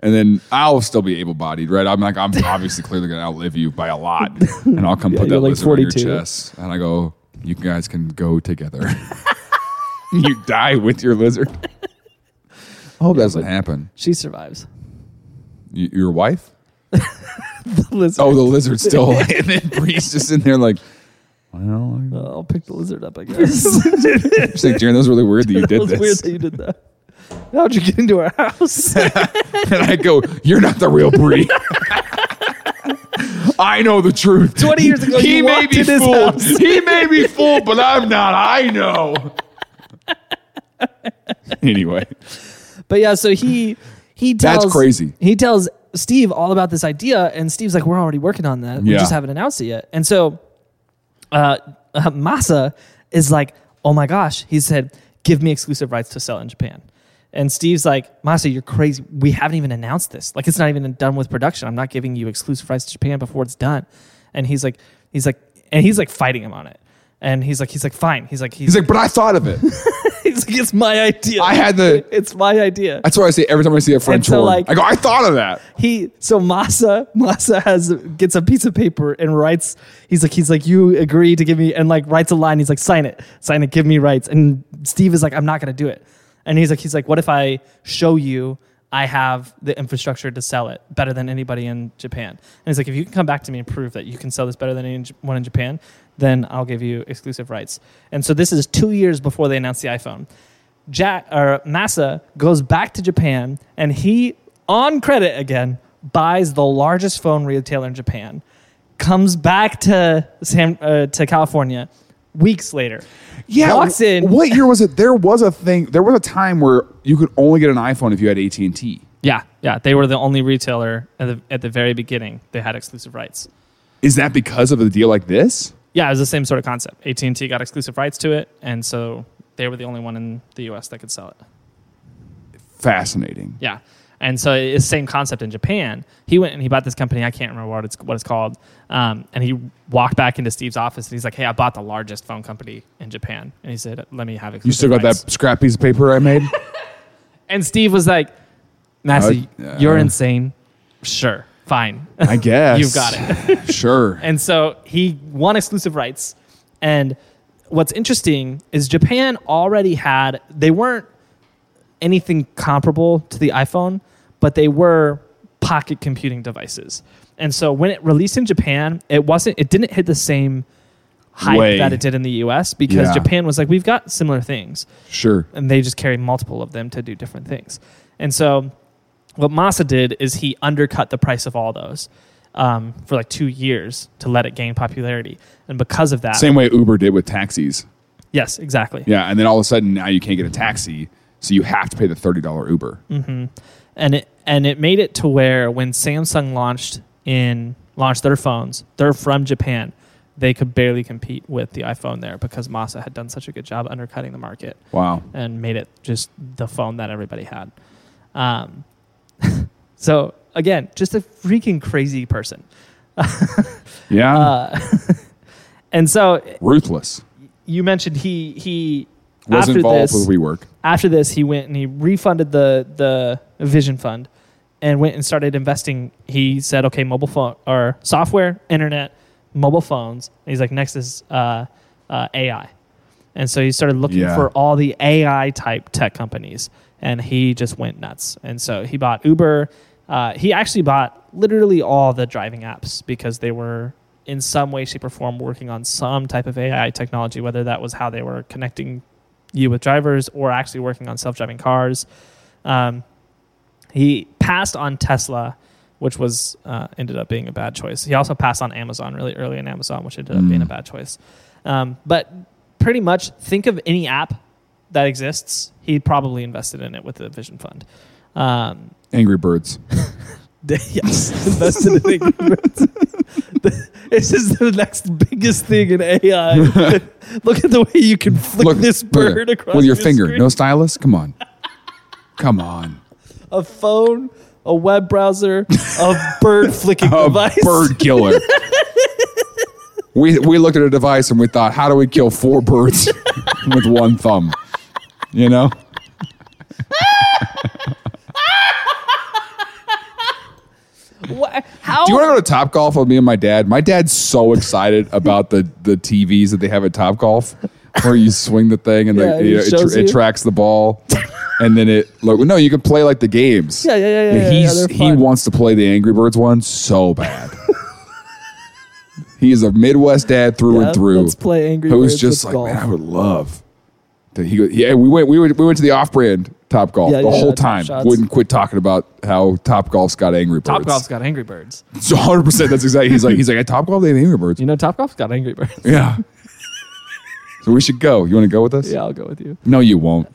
Speaker 2: and then I'll still be able-bodied, right? I'm like, I'm obviously clearly going to outlive you by a
Speaker 1: [laughs]
Speaker 2: lot, and I'll come put that
Speaker 1: you're like
Speaker 2: lizard on your
Speaker 1: 42.
Speaker 2: chest, and I go, you guys can go together. [laughs] you die with your lizard. I hope that doesn't happen.
Speaker 1: She survives. [laughs]
Speaker 2: Y- your wife?
Speaker 1: The lizard.
Speaker 2: Oh, the
Speaker 1: [laughs]
Speaker 2: lizard's still, and then Bree's just in there like, well,
Speaker 1: [laughs]
Speaker 2: I
Speaker 1: I'll pick the lizard up, I guess.
Speaker 2: just think, Jaren, that was really weird that you
Speaker 1: [laughs] It
Speaker 2: [laughs] did
Speaker 1: was weird
Speaker 2: this.
Speaker 1: that you did that. How'd you get into our
Speaker 2: [laughs]
Speaker 1: house?
Speaker 2: and I go, you're not the real Bree. I know the truth.
Speaker 1: 20 years ago,
Speaker 2: he
Speaker 1: you
Speaker 2: may
Speaker 1: walked
Speaker 2: be
Speaker 1: in his
Speaker 2: fooled.
Speaker 1: house.
Speaker 2: He may be fooled, but I'm not. I know. anyway,
Speaker 1: But yeah, so
Speaker 2: [laughs]
Speaker 1: he he tells
Speaker 2: That's crazy.
Speaker 1: He tells Steve all about this idea, and Steve's like, "We're already working on that. We
Speaker 2: Yeah.
Speaker 1: just haven't announced it yet." And so, uh, [laughs] uh, Masa is like, "Oh my gosh!" He said, "Give me exclusive rights to sell in Japan." And Steve's like, Masa, you're crazy. We haven't even announced this. Like, it's not even done with production. I'm not giving you exclusive rights to Japan before it's done. And he's like, he's like, and he's like fighting him on it. And he's like, he's like, fine. He's [laughs] like,
Speaker 2: He's like, but I thought of it.
Speaker 1: he's like, it's my idea.
Speaker 2: I had the.
Speaker 1: [laughs] it's my idea.
Speaker 2: That's what I say every time I see a French
Speaker 1: so,
Speaker 2: word.
Speaker 1: like-
Speaker 2: I go, I thought of that.
Speaker 1: he so Masa Masa has gets a piece of paper and writes he's like he's like you agree to give me and like writes a line he's like sign it sign it give me rights and Steve is like I'm not gonna do it and he's like he's like what if I show you I have the infrastructure to sell it better than anybody in Japan and he's like if you can come back to me and prove that you can sell this better than anyone in Japan then I'll give you exclusive rights and so this is two years before they announced the iPhone Jack or Massa goes back to Japan and he on credit again buys the largest phone retailer in Japan. Comes back to Sam uh, to California weeks later. walks in.
Speaker 2: What year was it? There was a thing. There was a time where you could only get an iPhone if you had AT and T.
Speaker 1: Yeah, yeah, they were the only retailer at the at the very beginning. They had exclusive rights.
Speaker 2: Is that because of a deal like this?
Speaker 1: Yeah, it was the same sort of concept. AT and T got exclusive rights to it, and so they were the only one in the U.S. that could sell it.
Speaker 2: Fascinating.
Speaker 1: Yeah. And so it's same concept in Japan. He went and he bought this company. I can't remember what it's what it's called. Um, and he walked back into Steve's office and he's like, "Hey, I bought the largest phone company in Japan." And he said, "Let me have it."
Speaker 2: You still got that scrap piece of paper I made?
Speaker 1: And Steve was like, "Massey,
Speaker 2: I would- uh,
Speaker 1: you're insane. Sure, fine."
Speaker 2: I
Speaker 1: [laughs]
Speaker 2: guess
Speaker 1: You've got
Speaker 2: it. sure.
Speaker 1: And so he won exclusive rights. And what's interesting is Japan already had, they weren't anything comparable to the iPhone, but they were pocket computing devices. And so when it released in Japan, it wasn't, it didn't hit the same hype
Speaker 2: Way.
Speaker 1: that it did in the US because
Speaker 2: Yeah.
Speaker 1: Japan was like, we've got similar things
Speaker 2: sure.
Speaker 1: and they just carry multiple of them to do different things. And so, what Masa did is he undercut the price of all those um, for like two years to let it gain popularity. And because of that,
Speaker 2: Same way Uber did with taxis.
Speaker 1: yes, exactly.
Speaker 2: Yeah, and then all of a sudden now you can't get a taxi, so you have to pay the thirty dollar Uber.
Speaker 1: and it and it made it to where when Samsung launched in launched their phones, they're from Japan. They could barely compete with the iPhone there because Masa had done such a good job undercutting the market.
Speaker 2: Wow.
Speaker 1: and made it just the phone that everybody had. Um, [laughs] so again, just a freaking crazy person.
Speaker 2: Yeah.
Speaker 1: Uh, [laughs] and so
Speaker 2: Ruthless.
Speaker 1: you mentioned he he
Speaker 2: Was
Speaker 1: after
Speaker 2: involved
Speaker 1: this
Speaker 2: with WeWork.
Speaker 1: after this he went and he refunded the the Vision Fund and went and started investing. He said, okay, mobile phone or software, internet, mobile phones. And he's like, next is uh, uh, AI. And so he started looking
Speaker 2: Yeah.
Speaker 1: for all the AI type tech companies, and he just went nuts. And so he bought Uber. Uh, he actually bought literally all the driving apps because they were in some way, shape, or form working on some type of AI technology, whether that was how they were connecting you with drivers or actually working on self driving cars. Um, he passed on Tesla, which was uh, ended up being a bad choice. He also passed on Amazon really early in Amazon, which ended up
Speaker 2: Mm.
Speaker 1: being a bad choice. Um, but pretty much, think of any app that exists, he probably invested in it with the Vision Fund. Um, [laughs]
Speaker 2: Angry Birds.
Speaker 1: yes, [laughs] invested in Angry Birds. [laughs] this is the next biggest thing in AI.
Speaker 2: [laughs]
Speaker 1: look at the way you can flick this
Speaker 2: look at
Speaker 1: bird
Speaker 2: it.
Speaker 1: across
Speaker 2: with your,
Speaker 1: your
Speaker 2: finger.
Speaker 1: screen.
Speaker 2: No stylus. Come on. Come on.
Speaker 1: a phone, a web browser, a
Speaker 2: [laughs]
Speaker 1: bird flicking
Speaker 2: A
Speaker 1: device. [laughs]
Speaker 2: bird killer. we we looked at a device and we thought, how do we kill four birds [laughs] with one thumb? You know.
Speaker 1: Wha- How?
Speaker 2: Do you want to go to
Speaker 1: Oh.
Speaker 2: Top Golf with me and my dad? My dad's so excited [laughs] about the the TVs that they have at Top Golf, where you swing the thing and
Speaker 1: Yeah,
Speaker 2: the,
Speaker 1: it
Speaker 2: you know, it,
Speaker 1: shows
Speaker 2: tr- it
Speaker 1: you.
Speaker 2: tracks the ball, and then it like no, you can play like the games.
Speaker 1: Yeah, yeah, yeah,
Speaker 2: And
Speaker 1: yeah, yeah,
Speaker 2: he's
Speaker 1: they're
Speaker 2: he
Speaker 1: fun.
Speaker 2: wants to play the Angry Birds one so bad. [laughs] he's a Midwest dad through
Speaker 1: Yeah,
Speaker 2: and through.
Speaker 1: let's play Angry
Speaker 2: who's
Speaker 1: Birds
Speaker 2: just
Speaker 1: with
Speaker 2: like,
Speaker 1: golf."
Speaker 2: man, I would love. That he go, yeah, we went we went we went to the off brand Top Golf
Speaker 1: Yeah,
Speaker 2: the
Speaker 1: yeah,
Speaker 2: whole
Speaker 1: Top
Speaker 2: time.
Speaker 1: Shots.
Speaker 2: Wouldn't quit talking about how Top Golf's got Angry Birds.
Speaker 1: Topgolf's got Angry Birds.
Speaker 2: So hundred percent. That's exactly. He's like he's like at Top Golf they have Angry Birds.
Speaker 1: You know, Topgolf's got Angry Birds.
Speaker 2: Yeah. [laughs] so we should go. You want to go with us?
Speaker 1: Yeah, I'll go with you.
Speaker 2: No,
Speaker 1: [laughs]
Speaker 2: you won't.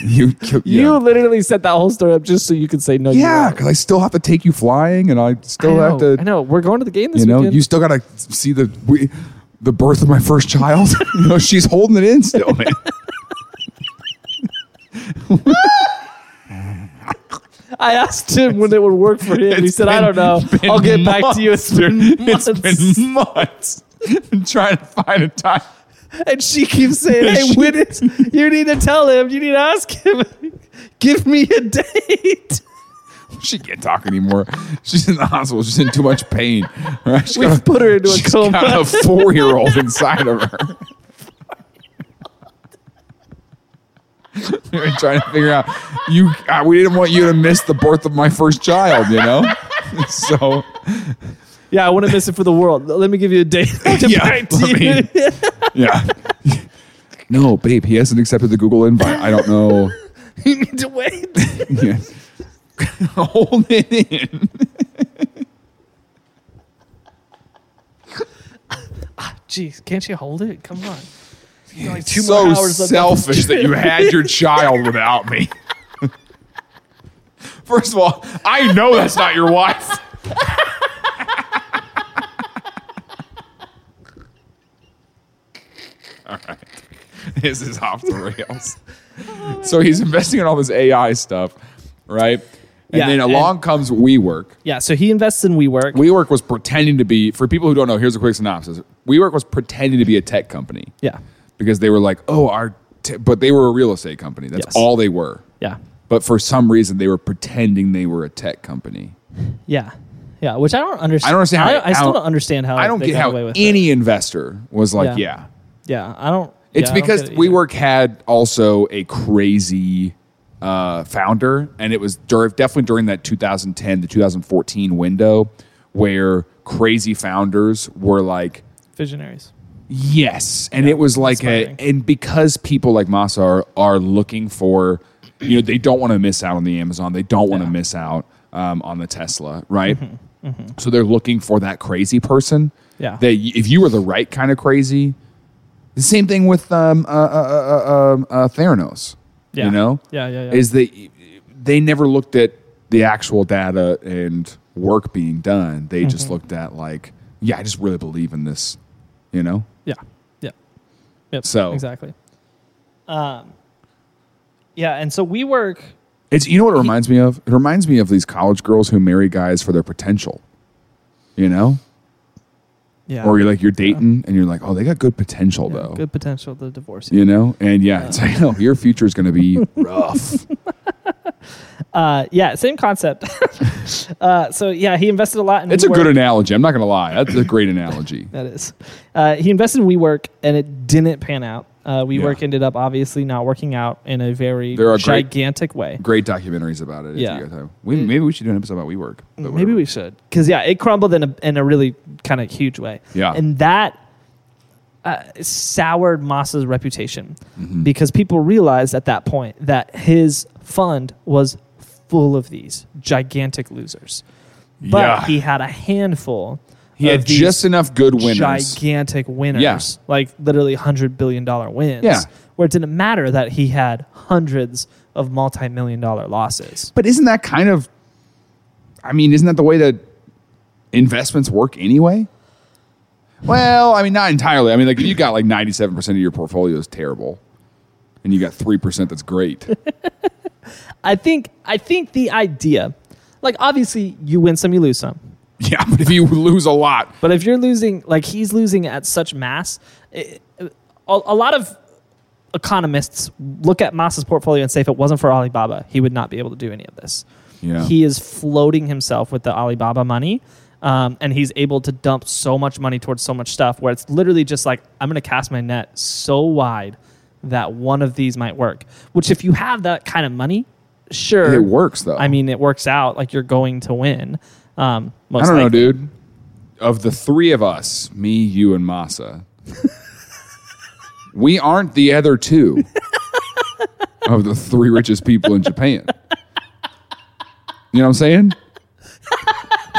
Speaker 2: you. kill-
Speaker 1: You
Speaker 2: Yeah.
Speaker 1: literally set that whole story up just so you could say no. you
Speaker 2: yeah,
Speaker 1: won't.
Speaker 2: because I still have to take you flying, and I
Speaker 1: I
Speaker 2: still
Speaker 1: know,
Speaker 2: have to.
Speaker 1: I know. We're going to the game this
Speaker 2: You know,
Speaker 1: weekend.
Speaker 2: you still got to see the we, the birth of my first [laughs] child. you know, she's holding it in still, man.
Speaker 1: I asked him when it would work for him. He
Speaker 2: It's
Speaker 1: said, "I
Speaker 2: been-
Speaker 1: don't know.
Speaker 2: been
Speaker 1: I'll get back to you." It's been
Speaker 2: It's
Speaker 1: [laughs] months.
Speaker 2: been months [laughs] trying to find a time.
Speaker 1: and she keeps saying, "Hey,
Speaker 2: [laughs] She-
Speaker 1: when is, you need to tell him. You need to ask him. [laughs] Give me a date."
Speaker 2: She can't talk anymore. She's in the hospital. She's in too much pain. Right? She's
Speaker 1: We've
Speaker 2: got a-
Speaker 1: put her into a
Speaker 2: she's
Speaker 1: coma.
Speaker 2: got a four-year-old inside of her. [laughs] we were trying to figure out you. Uh, we didn't want you to miss the birth of my first child. You know, [laughs] so
Speaker 1: Yeah, I want to miss it for the world. Let me give you a date. To [laughs]
Speaker 2: [laughs] Yeah,
Speaker 1: back to
Speaker 2: let
Speaker 1: you.
Speaker 2: yeah. No, babe, he hasn't accepted the Google invite. I don't know.
Speaker 1: [laughs]
Speaker 2: [laughs]
Speaker 1: you need to wait.
Speaker 2: Yeah. [laughs] Hold it in.
Speaker 1: [laughs] Jeez, can't you hold it? Come on. You got like two
Speaker 2: so
Speaker 1: more hours left.
Speaker 2: selfish that you had your child without me. [laughs] First of all, I know that's not your wife. [laughs] all right. This is off the rails. So he's investing in all this AI stuff, right? And
Speaker 1: Yeah,
Speaker 2: then
Speaker 1: and-
Speaker 2: along comes WeWork.
Speaker 1: Yeah, so he invests in WeWork.
Speaker 2: WeWork was pretending to be, for people who don't know, here's a quick synopsis. WeWork was pretending to be a tech company
Speaker 1: yeah,
Speaker 2: because they were like, oh, our, t-, but they were a real estate company. That's
Speaker 1: Yes.
Speaker 2: all they were.
Speaker 1: yeah,
Speaker 2: But for some reason, they were pretending they were a tech company.
Speaker 1: yeah, yeah. Which I don't understand.
Speaker 2: I don't understand how
Speaker 1: I, I
Speaker 2: how-
Speaker 1: still don't understand how
Speaker 2: I don't
Speaker 1: Oh, they
Speaker 2: get
Speaker 1: got
Speaker 2: how
Speaker 1: away with it.
Speaker 2: any investor was
Speaker 1: Yeah.
Speaker 2: like, yeah.
Speaker 1: Yeah, I don't.
Speaker 2: It's
Speaker 1: yeah, I don't
Speaker 2: because
Speaker 1: get it either.
Speaker 2: WeWork had also a crazy uh, founder, and it was dur- definitely during that 2010 to 2014 window where crazy founders were like,
Speaker 1: visionaries.
Speaker 2: Yes, and it was like
Speaker 1: inspiring.
Speaker 2: a and because people like Masa are, are looking for, you know, they don't want to miss out on the Amazon, they don't want to
Speaker 1: Yeah. Mm-hmm,
Speaker 2: miss out um, on the Tesla, right? So they're looking for that crazy person.
Speaker 1: Yeah.
Speaker 2: that y- if you were the right kind of crazy, the same thing with um, uh, uh, uh, um, uh, Theranos.
Speaker 1: Yeah.
Speaker 2: You know,
Speaker 1: Yeah, yeah, yeah.
Speaker 2: Is that they never looked at the actual data and work being done? They
Speaker 1: Mm-hmm.
Speaker 2: just looked at like, yeah, I just really believe in this. You know.
Speaker 1: Yeah, yeah, yep.
Speaker 2: So-
Speaker 1: exactly. Um, yeah, and so WeWork.
Speaker 2: It's you know what it reminds me of? It reminds me of these college girls who marry guys for their potential. You know?
Speaker 1: Yeah,
Speaker 2: Or you're like you're dating and you're like, "Oh, they got good potential
Speaker 1: yeah,
Speaker 2: though."
Speaker 1: good potential to divorce.
Speaker 2: You know? And yeah, it's like, "Oh, your future is going to be
Speaker 1: [laughs]
Speaker 2: rough."
Speaker 1: Uh, yeah, same concept. [laughs] uh, so yeah, he invested a lot in.
Speaker 2: It's a good
Speaker 1: WeWork.
Speaker 2: analogy. I'm not going to lie. That's a great analogy.
Speaker 1: That is. Uh, he invested in WeWork and it didn't pan out. Uh, WeWork
Speaker 2: Yeah.
Speaker 1: ended up obviously not working out in a very
Speaker 2: There are great-
Speaker 1: gigantic way.
Speaker 2: Great documentaries about it. if
Speaker 1: Yeah.
Speaker 2: you guys have- We, maybe we should do an episode about WeWork. but
Speaker 1: Maybe
Speaker 2: whatever.
Speaker 1: we should. Because, yeah, it crumbled in a, in a really kind of huge way.
Speaker 2: Yeah.
Speaker 1: And that uh, soured Moss's reputation
Speaker 2: Mm-hmm.
Speaker 1: because people realized at that point that his fund was full of these gigantic losers. But
Speaker 2: Yeah.
Speaker 1: he had a handful.
Speaker 2: He had
Speaker 1: of these
Speaker 2: just enough good winners.
Speaker 1: gigantic winners,
Speaker 2: Yeah.
Speaker 1: like literally hundred billion dollar wins.
Speaker 2: Yeah.
Speaker 1: Where it didn't matter that he had hundreds of multi million dollar losses.
Speaker 2: But isn't that kind of I mean, isn't that the way that investments work anyway? Well, I mean, not entirely. I mean, like if you got like 97% of your portfolio is terrible and you got 3% that's great. [laughs]
Speaker 1: I think I think the idea, like obviously you win some, you lose some.
Speaker 2: yeah, but if you lose a lot,
Speaker 1: But if you're losing, like he's losing at such mass, it, a, a lot of economists look at Moss's portfolio and say if it wasn't for Alibaba, he would not be able to do any of this.
Speaker 2: Yeah.
Speaker 1: He is floating himself with the Alibaba money. Um, and he's able to dump so much money towards so much stuff where it's literally just like, I'm going to cast my net so wide that one of these might work. Which, if you have that kind of money, sure.
Speaker 2: it works though.
Speaker 1: I mean, it works out. Like, you're going to win. Um, most
Speaker 2: I don't know,
Speaker 1: likely.
Speaker 2: dude. Of the three of us, me, you,
Speaker 1: [laughs]
Speaker 2: and Masa, we aren't the other two of the three richest people in Japan. You know what I'm saying?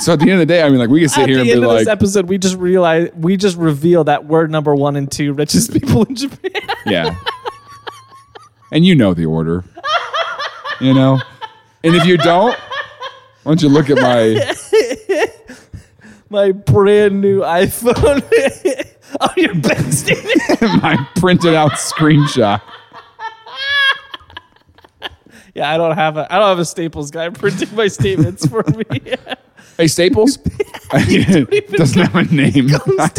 Speaker 2: So at the end of the day, I mean, like we can sit
Speaker 1: At
Speaker 2: here
Speaker 1: the
Speaker 2: and
Speaker 1: end
Speaker 2: be
Speaker 1: of
Speaker 2: like,
Speaker 1: this episode, we just realize we just reveal that we're number one and two richest people in [laughs] Japan.
Speaker 2: yeah. And you know the order, you know. And if you don't, why don't you look at my [laughs]
Speaker 1: My brand new iPhone. [laughs] oh, you're besting [laughs] it.
Speaker 2: my printed out screenshot?
Speaker 1: Yeah, I don't have a I don't have a Staples guy [laughs] printing my statements for me. [laughs]
Speaker 2: Hey, Staples? Doesn't have a name. [laughs] I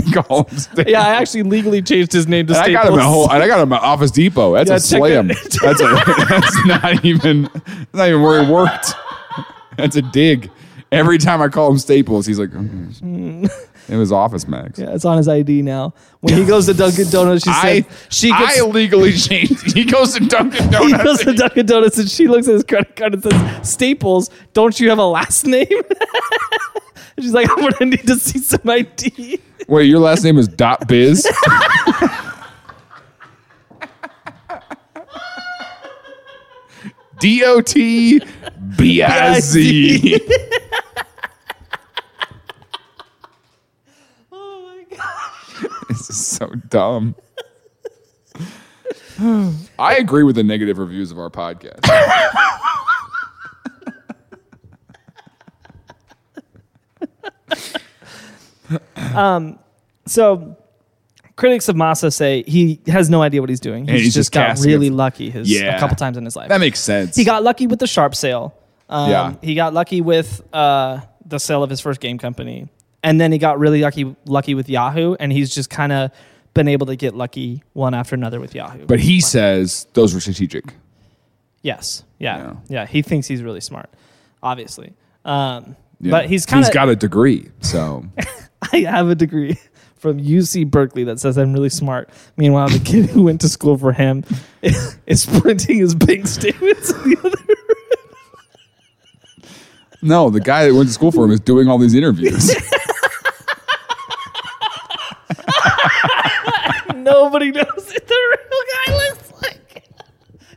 Speaker 1: [laughs]
Speaker 2: call him Staples.
Speaker 1: yeah, I actually legally changed his name to
Speaker 2: And I
Speaker 1: Staples.
Speaker 2: got him at home. and I got him at Office Depot. That's
Speaker 1: Yeah,
Speaker 2: a
Speaker 1: check
Speaker 2: slam.
Speaker 1: it.
Speaker 2: [laughs] That's a, that's not even that's not even where he worked. That's a dig. Every time I call him Staples, he's like, "Mm." it was Office Max.
Speaker 1: Hmm. Yeah, it's on his ID now. When he goes to Dunkin' Donuts, she said
Speaker 2: [laughs] I
Speaker 1: she gets.
Speaker 2: I legally changed. He goes to Dunkin'
Speaker 1: [laughs] he
Speaker 2: Donuts.
Speaker 1: goes to Dunkin' Donuts and she looks at his credit card and says, "Staples, don't you have a last name?" [laughs] And She's like, "I'm gonna need to see some ID."
Speaker 2: Wait, your last name is Dot
Speaker 1: [laughs]
Speaker 2: Biz? D O T B I Z.
Speaker 1: Oh my god!
Speaker 2: [laughs] This is so dumb. [sighs] I agree with the negative reviews of our podcast.
Speaker 1: So, critics of Massa say he has no idea what he's doing. He's,
Speaker 2: he's
Speaker 1: just,
Speaker 2: just
Speaker 1: got
Speaker 2: casting
Speaker 1: really
Speaker 2: it.
Speaker 1: lucky. His
Speaker 2: Yeah.
Speaker 1: a couple times in his life.
Speaker 2: That makes sense.
Speaker 1: he got lucky with the sharp sale. Um,
Speaker 2: Yeah.
Speaker 1: He got lucky with uh, the sale of his first game company, and then he got really lucky lucky with Yahoo, and he's just kind of been able to get lucky one after another with Yahoo.
Speaker 2: but he says those were strategic.
Speaker 1: yes, yeah, yeah,
Speaker 2: Yeah.
Speaker 1: he thinks he's really smart, obviously. Um,
Speaker 2: Yeah.
Speaker 1: But he's kind
Speaker 2: he's
Speaker 1: of.
Speaker 2: got a degree, so
Speaker 1: [laughs] I have a degree [laughs] from UC Berkeley that says I'm really smart. Meanwhile, the kid who went to school for him [laughs] is printing his bank statements. [laughs] in the other
Speaker 2: no. The guy that went to school for him is doing all these interviews.
Speaker 1: Nobody knows what the real guy looks like.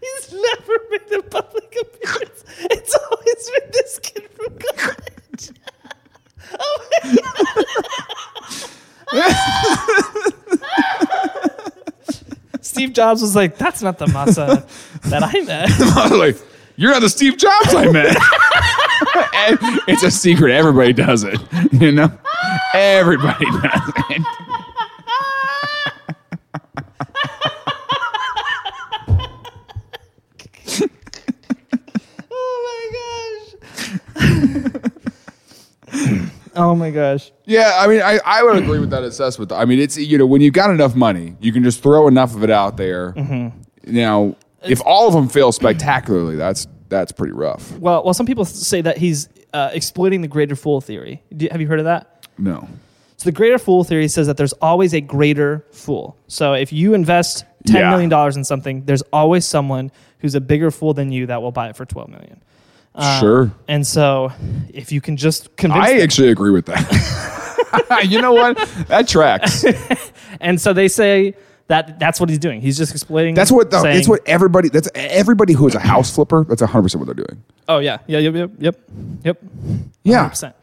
Speaker 1: He's never made a public appearance. It's always been this kid from college. Oh my god. Oh Steve Jobs was like, that's not the masa that I Oh met.
Speaker 2: I was [laughs] like, you're not the Steve Jobs I met. [laughs] And it's a secret. Everybody does it. [laughs] You know? Everybody [laughs] does it.
Speaker 1: Oh my gosh. oh my gosh.
Speaker 2: Yeah, I mean, I, I would agree with that assessment. I mean, it's, you know, when you've got enough money, you can just throw enough of it out there. Now, if all of them fail spectacularly, that's that's pretty rough.
Speaker 1: Well, well, some people say that he's uh, exploiting the greater fool theory. Do, have you heard of that?
Speaker 2: No.
Speaker 1: So the greater fool theory says that there's always a greater fool. So if you invest ten million
Speaker 2: Yeah.
Speaker 1: dollars in something, there's always someone who's a bigger fool than you that will buy it for twelve million.
Speaker 2: sure.
Speaker 1: And so, if you can just convince,
Speaker 2: I
Speaker 1: them-
Speaker 2: actually agree with that. [laughs] you know what? That tracks.
Speaker 1: and so they say that that's what he's doing. He's just exploiting.
Speaker 2: That's what the,
Speaker 1: saying,
Speaker 2: it's what everybody that's everybody who is a house flipper, that's 100% what they're doing.
Speaker 1: Oh yeah, yeah, yep, yep, yep, yep,
Speaker 2: Yeah.
Speaker 1: percent.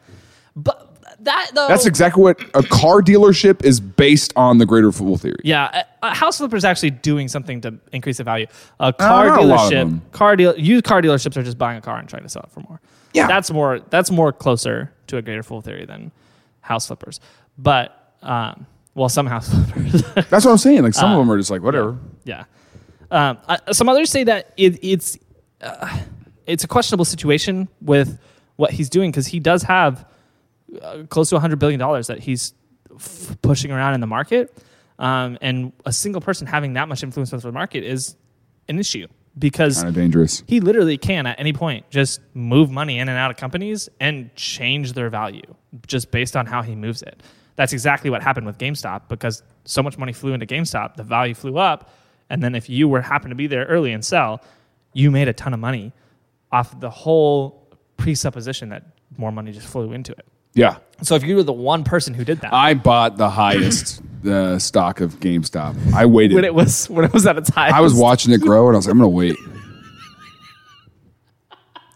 Speaker 1: But that though.
Speaker 2: That's exactly what a car dealership is based on the greater fool theory.
Speaker 1: Yeah, a, a house flipper is actually doing something to increase the value. A car
Speaker 2: not a lot of
Speaker 1: dealership,
Speaker 2: them.
Speaker 1: car deal, used car dealerships are just buying a car and trying to sell it for more.
Speaker 2: Yeah.
Speaker 1: that's more that's more closer to a greater fool theory than house flippers. But um, well, some house [laughs] flippers,
Speaker 2: That's what I'm saying. Like
Speaker 1: Ah.
Speaker 2: some of them are just like whatever.
Speaker 1: yeah. Um, I, some others say that it, it's uh, it's a questionable situation with what he's doing because he does have uh, close to 100 billion dollars that he's f- pushing around in the market um, and a single person having that much influence over the market is an issue because
Speaker 2: Kind of dangerous.
Speaker 1: he literally can at any point just move money in and out of companies and change their value just based on how he moves it that's exactly what happened with gamestop because so much money flew into gamestop the value flew up and then if you were happened to be there early and sell you made a ton of money off the whole presupposition that more money just flew into it
Speaker 2: Yeah.
Speaker 1: so if you were the one person who did that
Speaker 2: I bought the highest uh, stock of GameStop. I waited.
Speaker 1: when it was when it was at its highest, [laughs]
Speaker 2: I was watching it grow, and I was like, I'm gonna wait.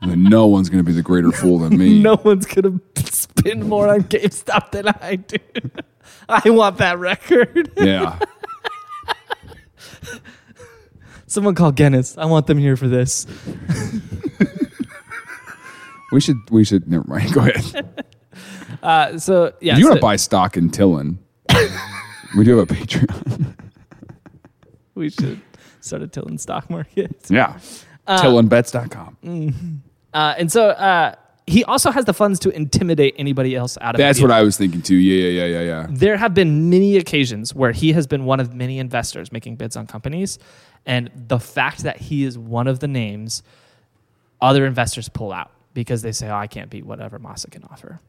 Speaker 2: And then no one's gonna be the greater fool than me.
Speaker 1: No one's gonna [laughs] spend more on GameStop than I do. [laughs] I want that record.
Speaker 2: Yeah.
Speaker 1: Someone call Guinness. I want them here for this.
Speaker 2: We should. We should. Never mind. Go ahead.
Speaker 1: Uh, so yeah,
Speaker 2: If you
Speaker 1: so
Speaker 2: want to buy stock in Tillin? we do have a Patreon.
Speaker 1: we should start a Tillin stock market.
Speaker 2: Yeah. Tillinbets.com.
Speaker 1: [laughs] Uh, and so uh, he also has the funds to intimidate anybody else out of
Speaker 2: That's
Speaker 1: the deal.
Speaker 2: what I was thinking too. Yeah, yeah, yeah, yeah, yeah.
Speaker 1: there have been many occasions where he has been one of many investors making bids on companies and the fact that he is one of the names other investors pull out because they say oh i can't beat whatever masa can offer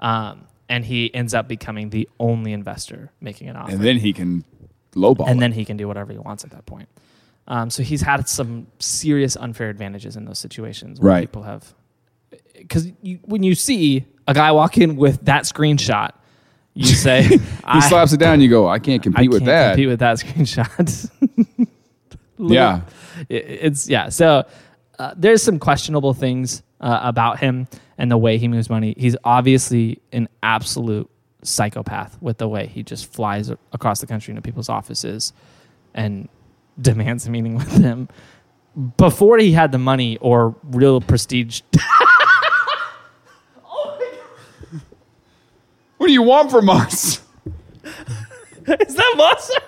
Speaker 1: um, and he ends up becoming the only investor making an offer
Speaker 2: And then he can lowball.
Speaker 1: and
Speaker 2: it.
Speaker 1: then he can do whatever he wants at that point um, so he's had some serious unfair advantages in those situations where
Speaker 2: Right.
Speaker 1: people have because you, when you see a guy walk in with that screenshot you
Speaker 2: [laughs]
Speaker 1: say
Speaker 2: he
Speaker 1: I,
Speaker 2: slaps it down. You go, I can't compete
Speaker 1: I
Speaker 2: with
Speaker 1: can't
Speaker 2: that.
Speaker 1: Compete with that [laughs] screenshot.
Speaker 2: yeah,
Speaker 1: It- it's yeah. So uh, there's some questionable things uh, about him and the way he moves money. He's obviously an absolute psychopath with the way he just flies a- across the country into people's offices and [laughs] demands a meeting with them. Before he had the money or real prestige, [laughs]
Speaker 2: what do you want from us? [laughs]
Speaker 1: is that monster?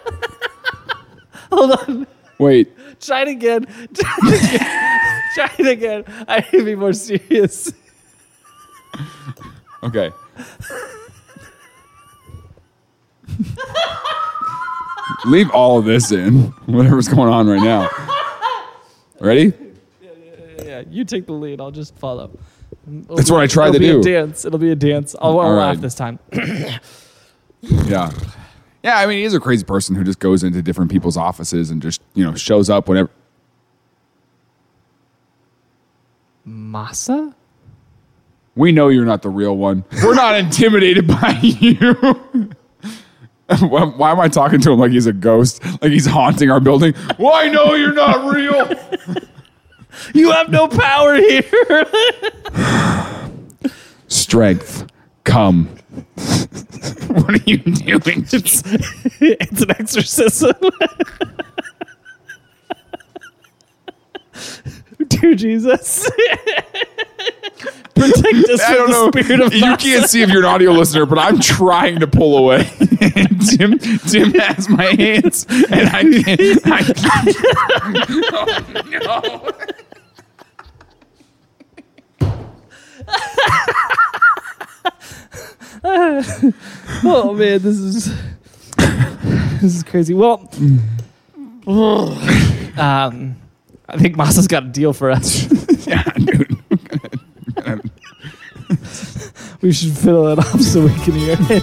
Speaker 1: [laughs] Hold on.
Speaker 2: Wait,
Speaker 1: Try it again. [laughs] Try it again. Try it again. I need to be more serious.
Speaker 2: okay. [laughs] Leave all of this in, whatever's going on right now. Ready?
Speaker 1: Yeah, you take the lead. I'll just follow. It'll
Speaker 2: That's
Speaker 1: be-
Speaker 2: what I tried
Speaker 1: it'll
Speaker 2: to
Speaker 1: be
Speaker 2: do.
Speaker 1: A dance. It'll be a dance. I'll, I'll
Speaker 2: All
Speaker 1: laugh
Speaker 2: right.
Speaker 1: this time.
Speaker 2: Yeah. Yeah, I mean, he's a crazy person who just goes into different people's offices and just, you know, shows up whenever.
Speaker 1: Masa?
Speaker 2: We know you're not the real one. We're [laughs] not intimidated by you. Why why am I talking to him like he's a ghost? Like he's haunting our building? Well, I know you're not real.
Speaker 1: You have no power here. [laughs]
Speaker 2: Strength, come. what are you doing?
Speaker 1: [laughs] it's an exorcism. [laughs] Dear Jesus, [laughs] protect us
Speaker 2: [laughs] I don't
Speaker 1: from
Speaker 2: know.
Speaker 1: the spirit of
Speaker 2: You
Speaker 1: Masa.
Speaker 2: can't see if you're an audio listener, but I'm trying to pull away. [laughs] Tim, Tim has my hands, and I can't. I can't. Oh, no.
Speaker 1: Oh man, this is [laughs] this is crazy. Well, [laughs] um, I think Masa's got a deal for [laughs] us.
Speaker 2: Yeah, dude.
Speaker 1: We should fiddle it up so we can hear it.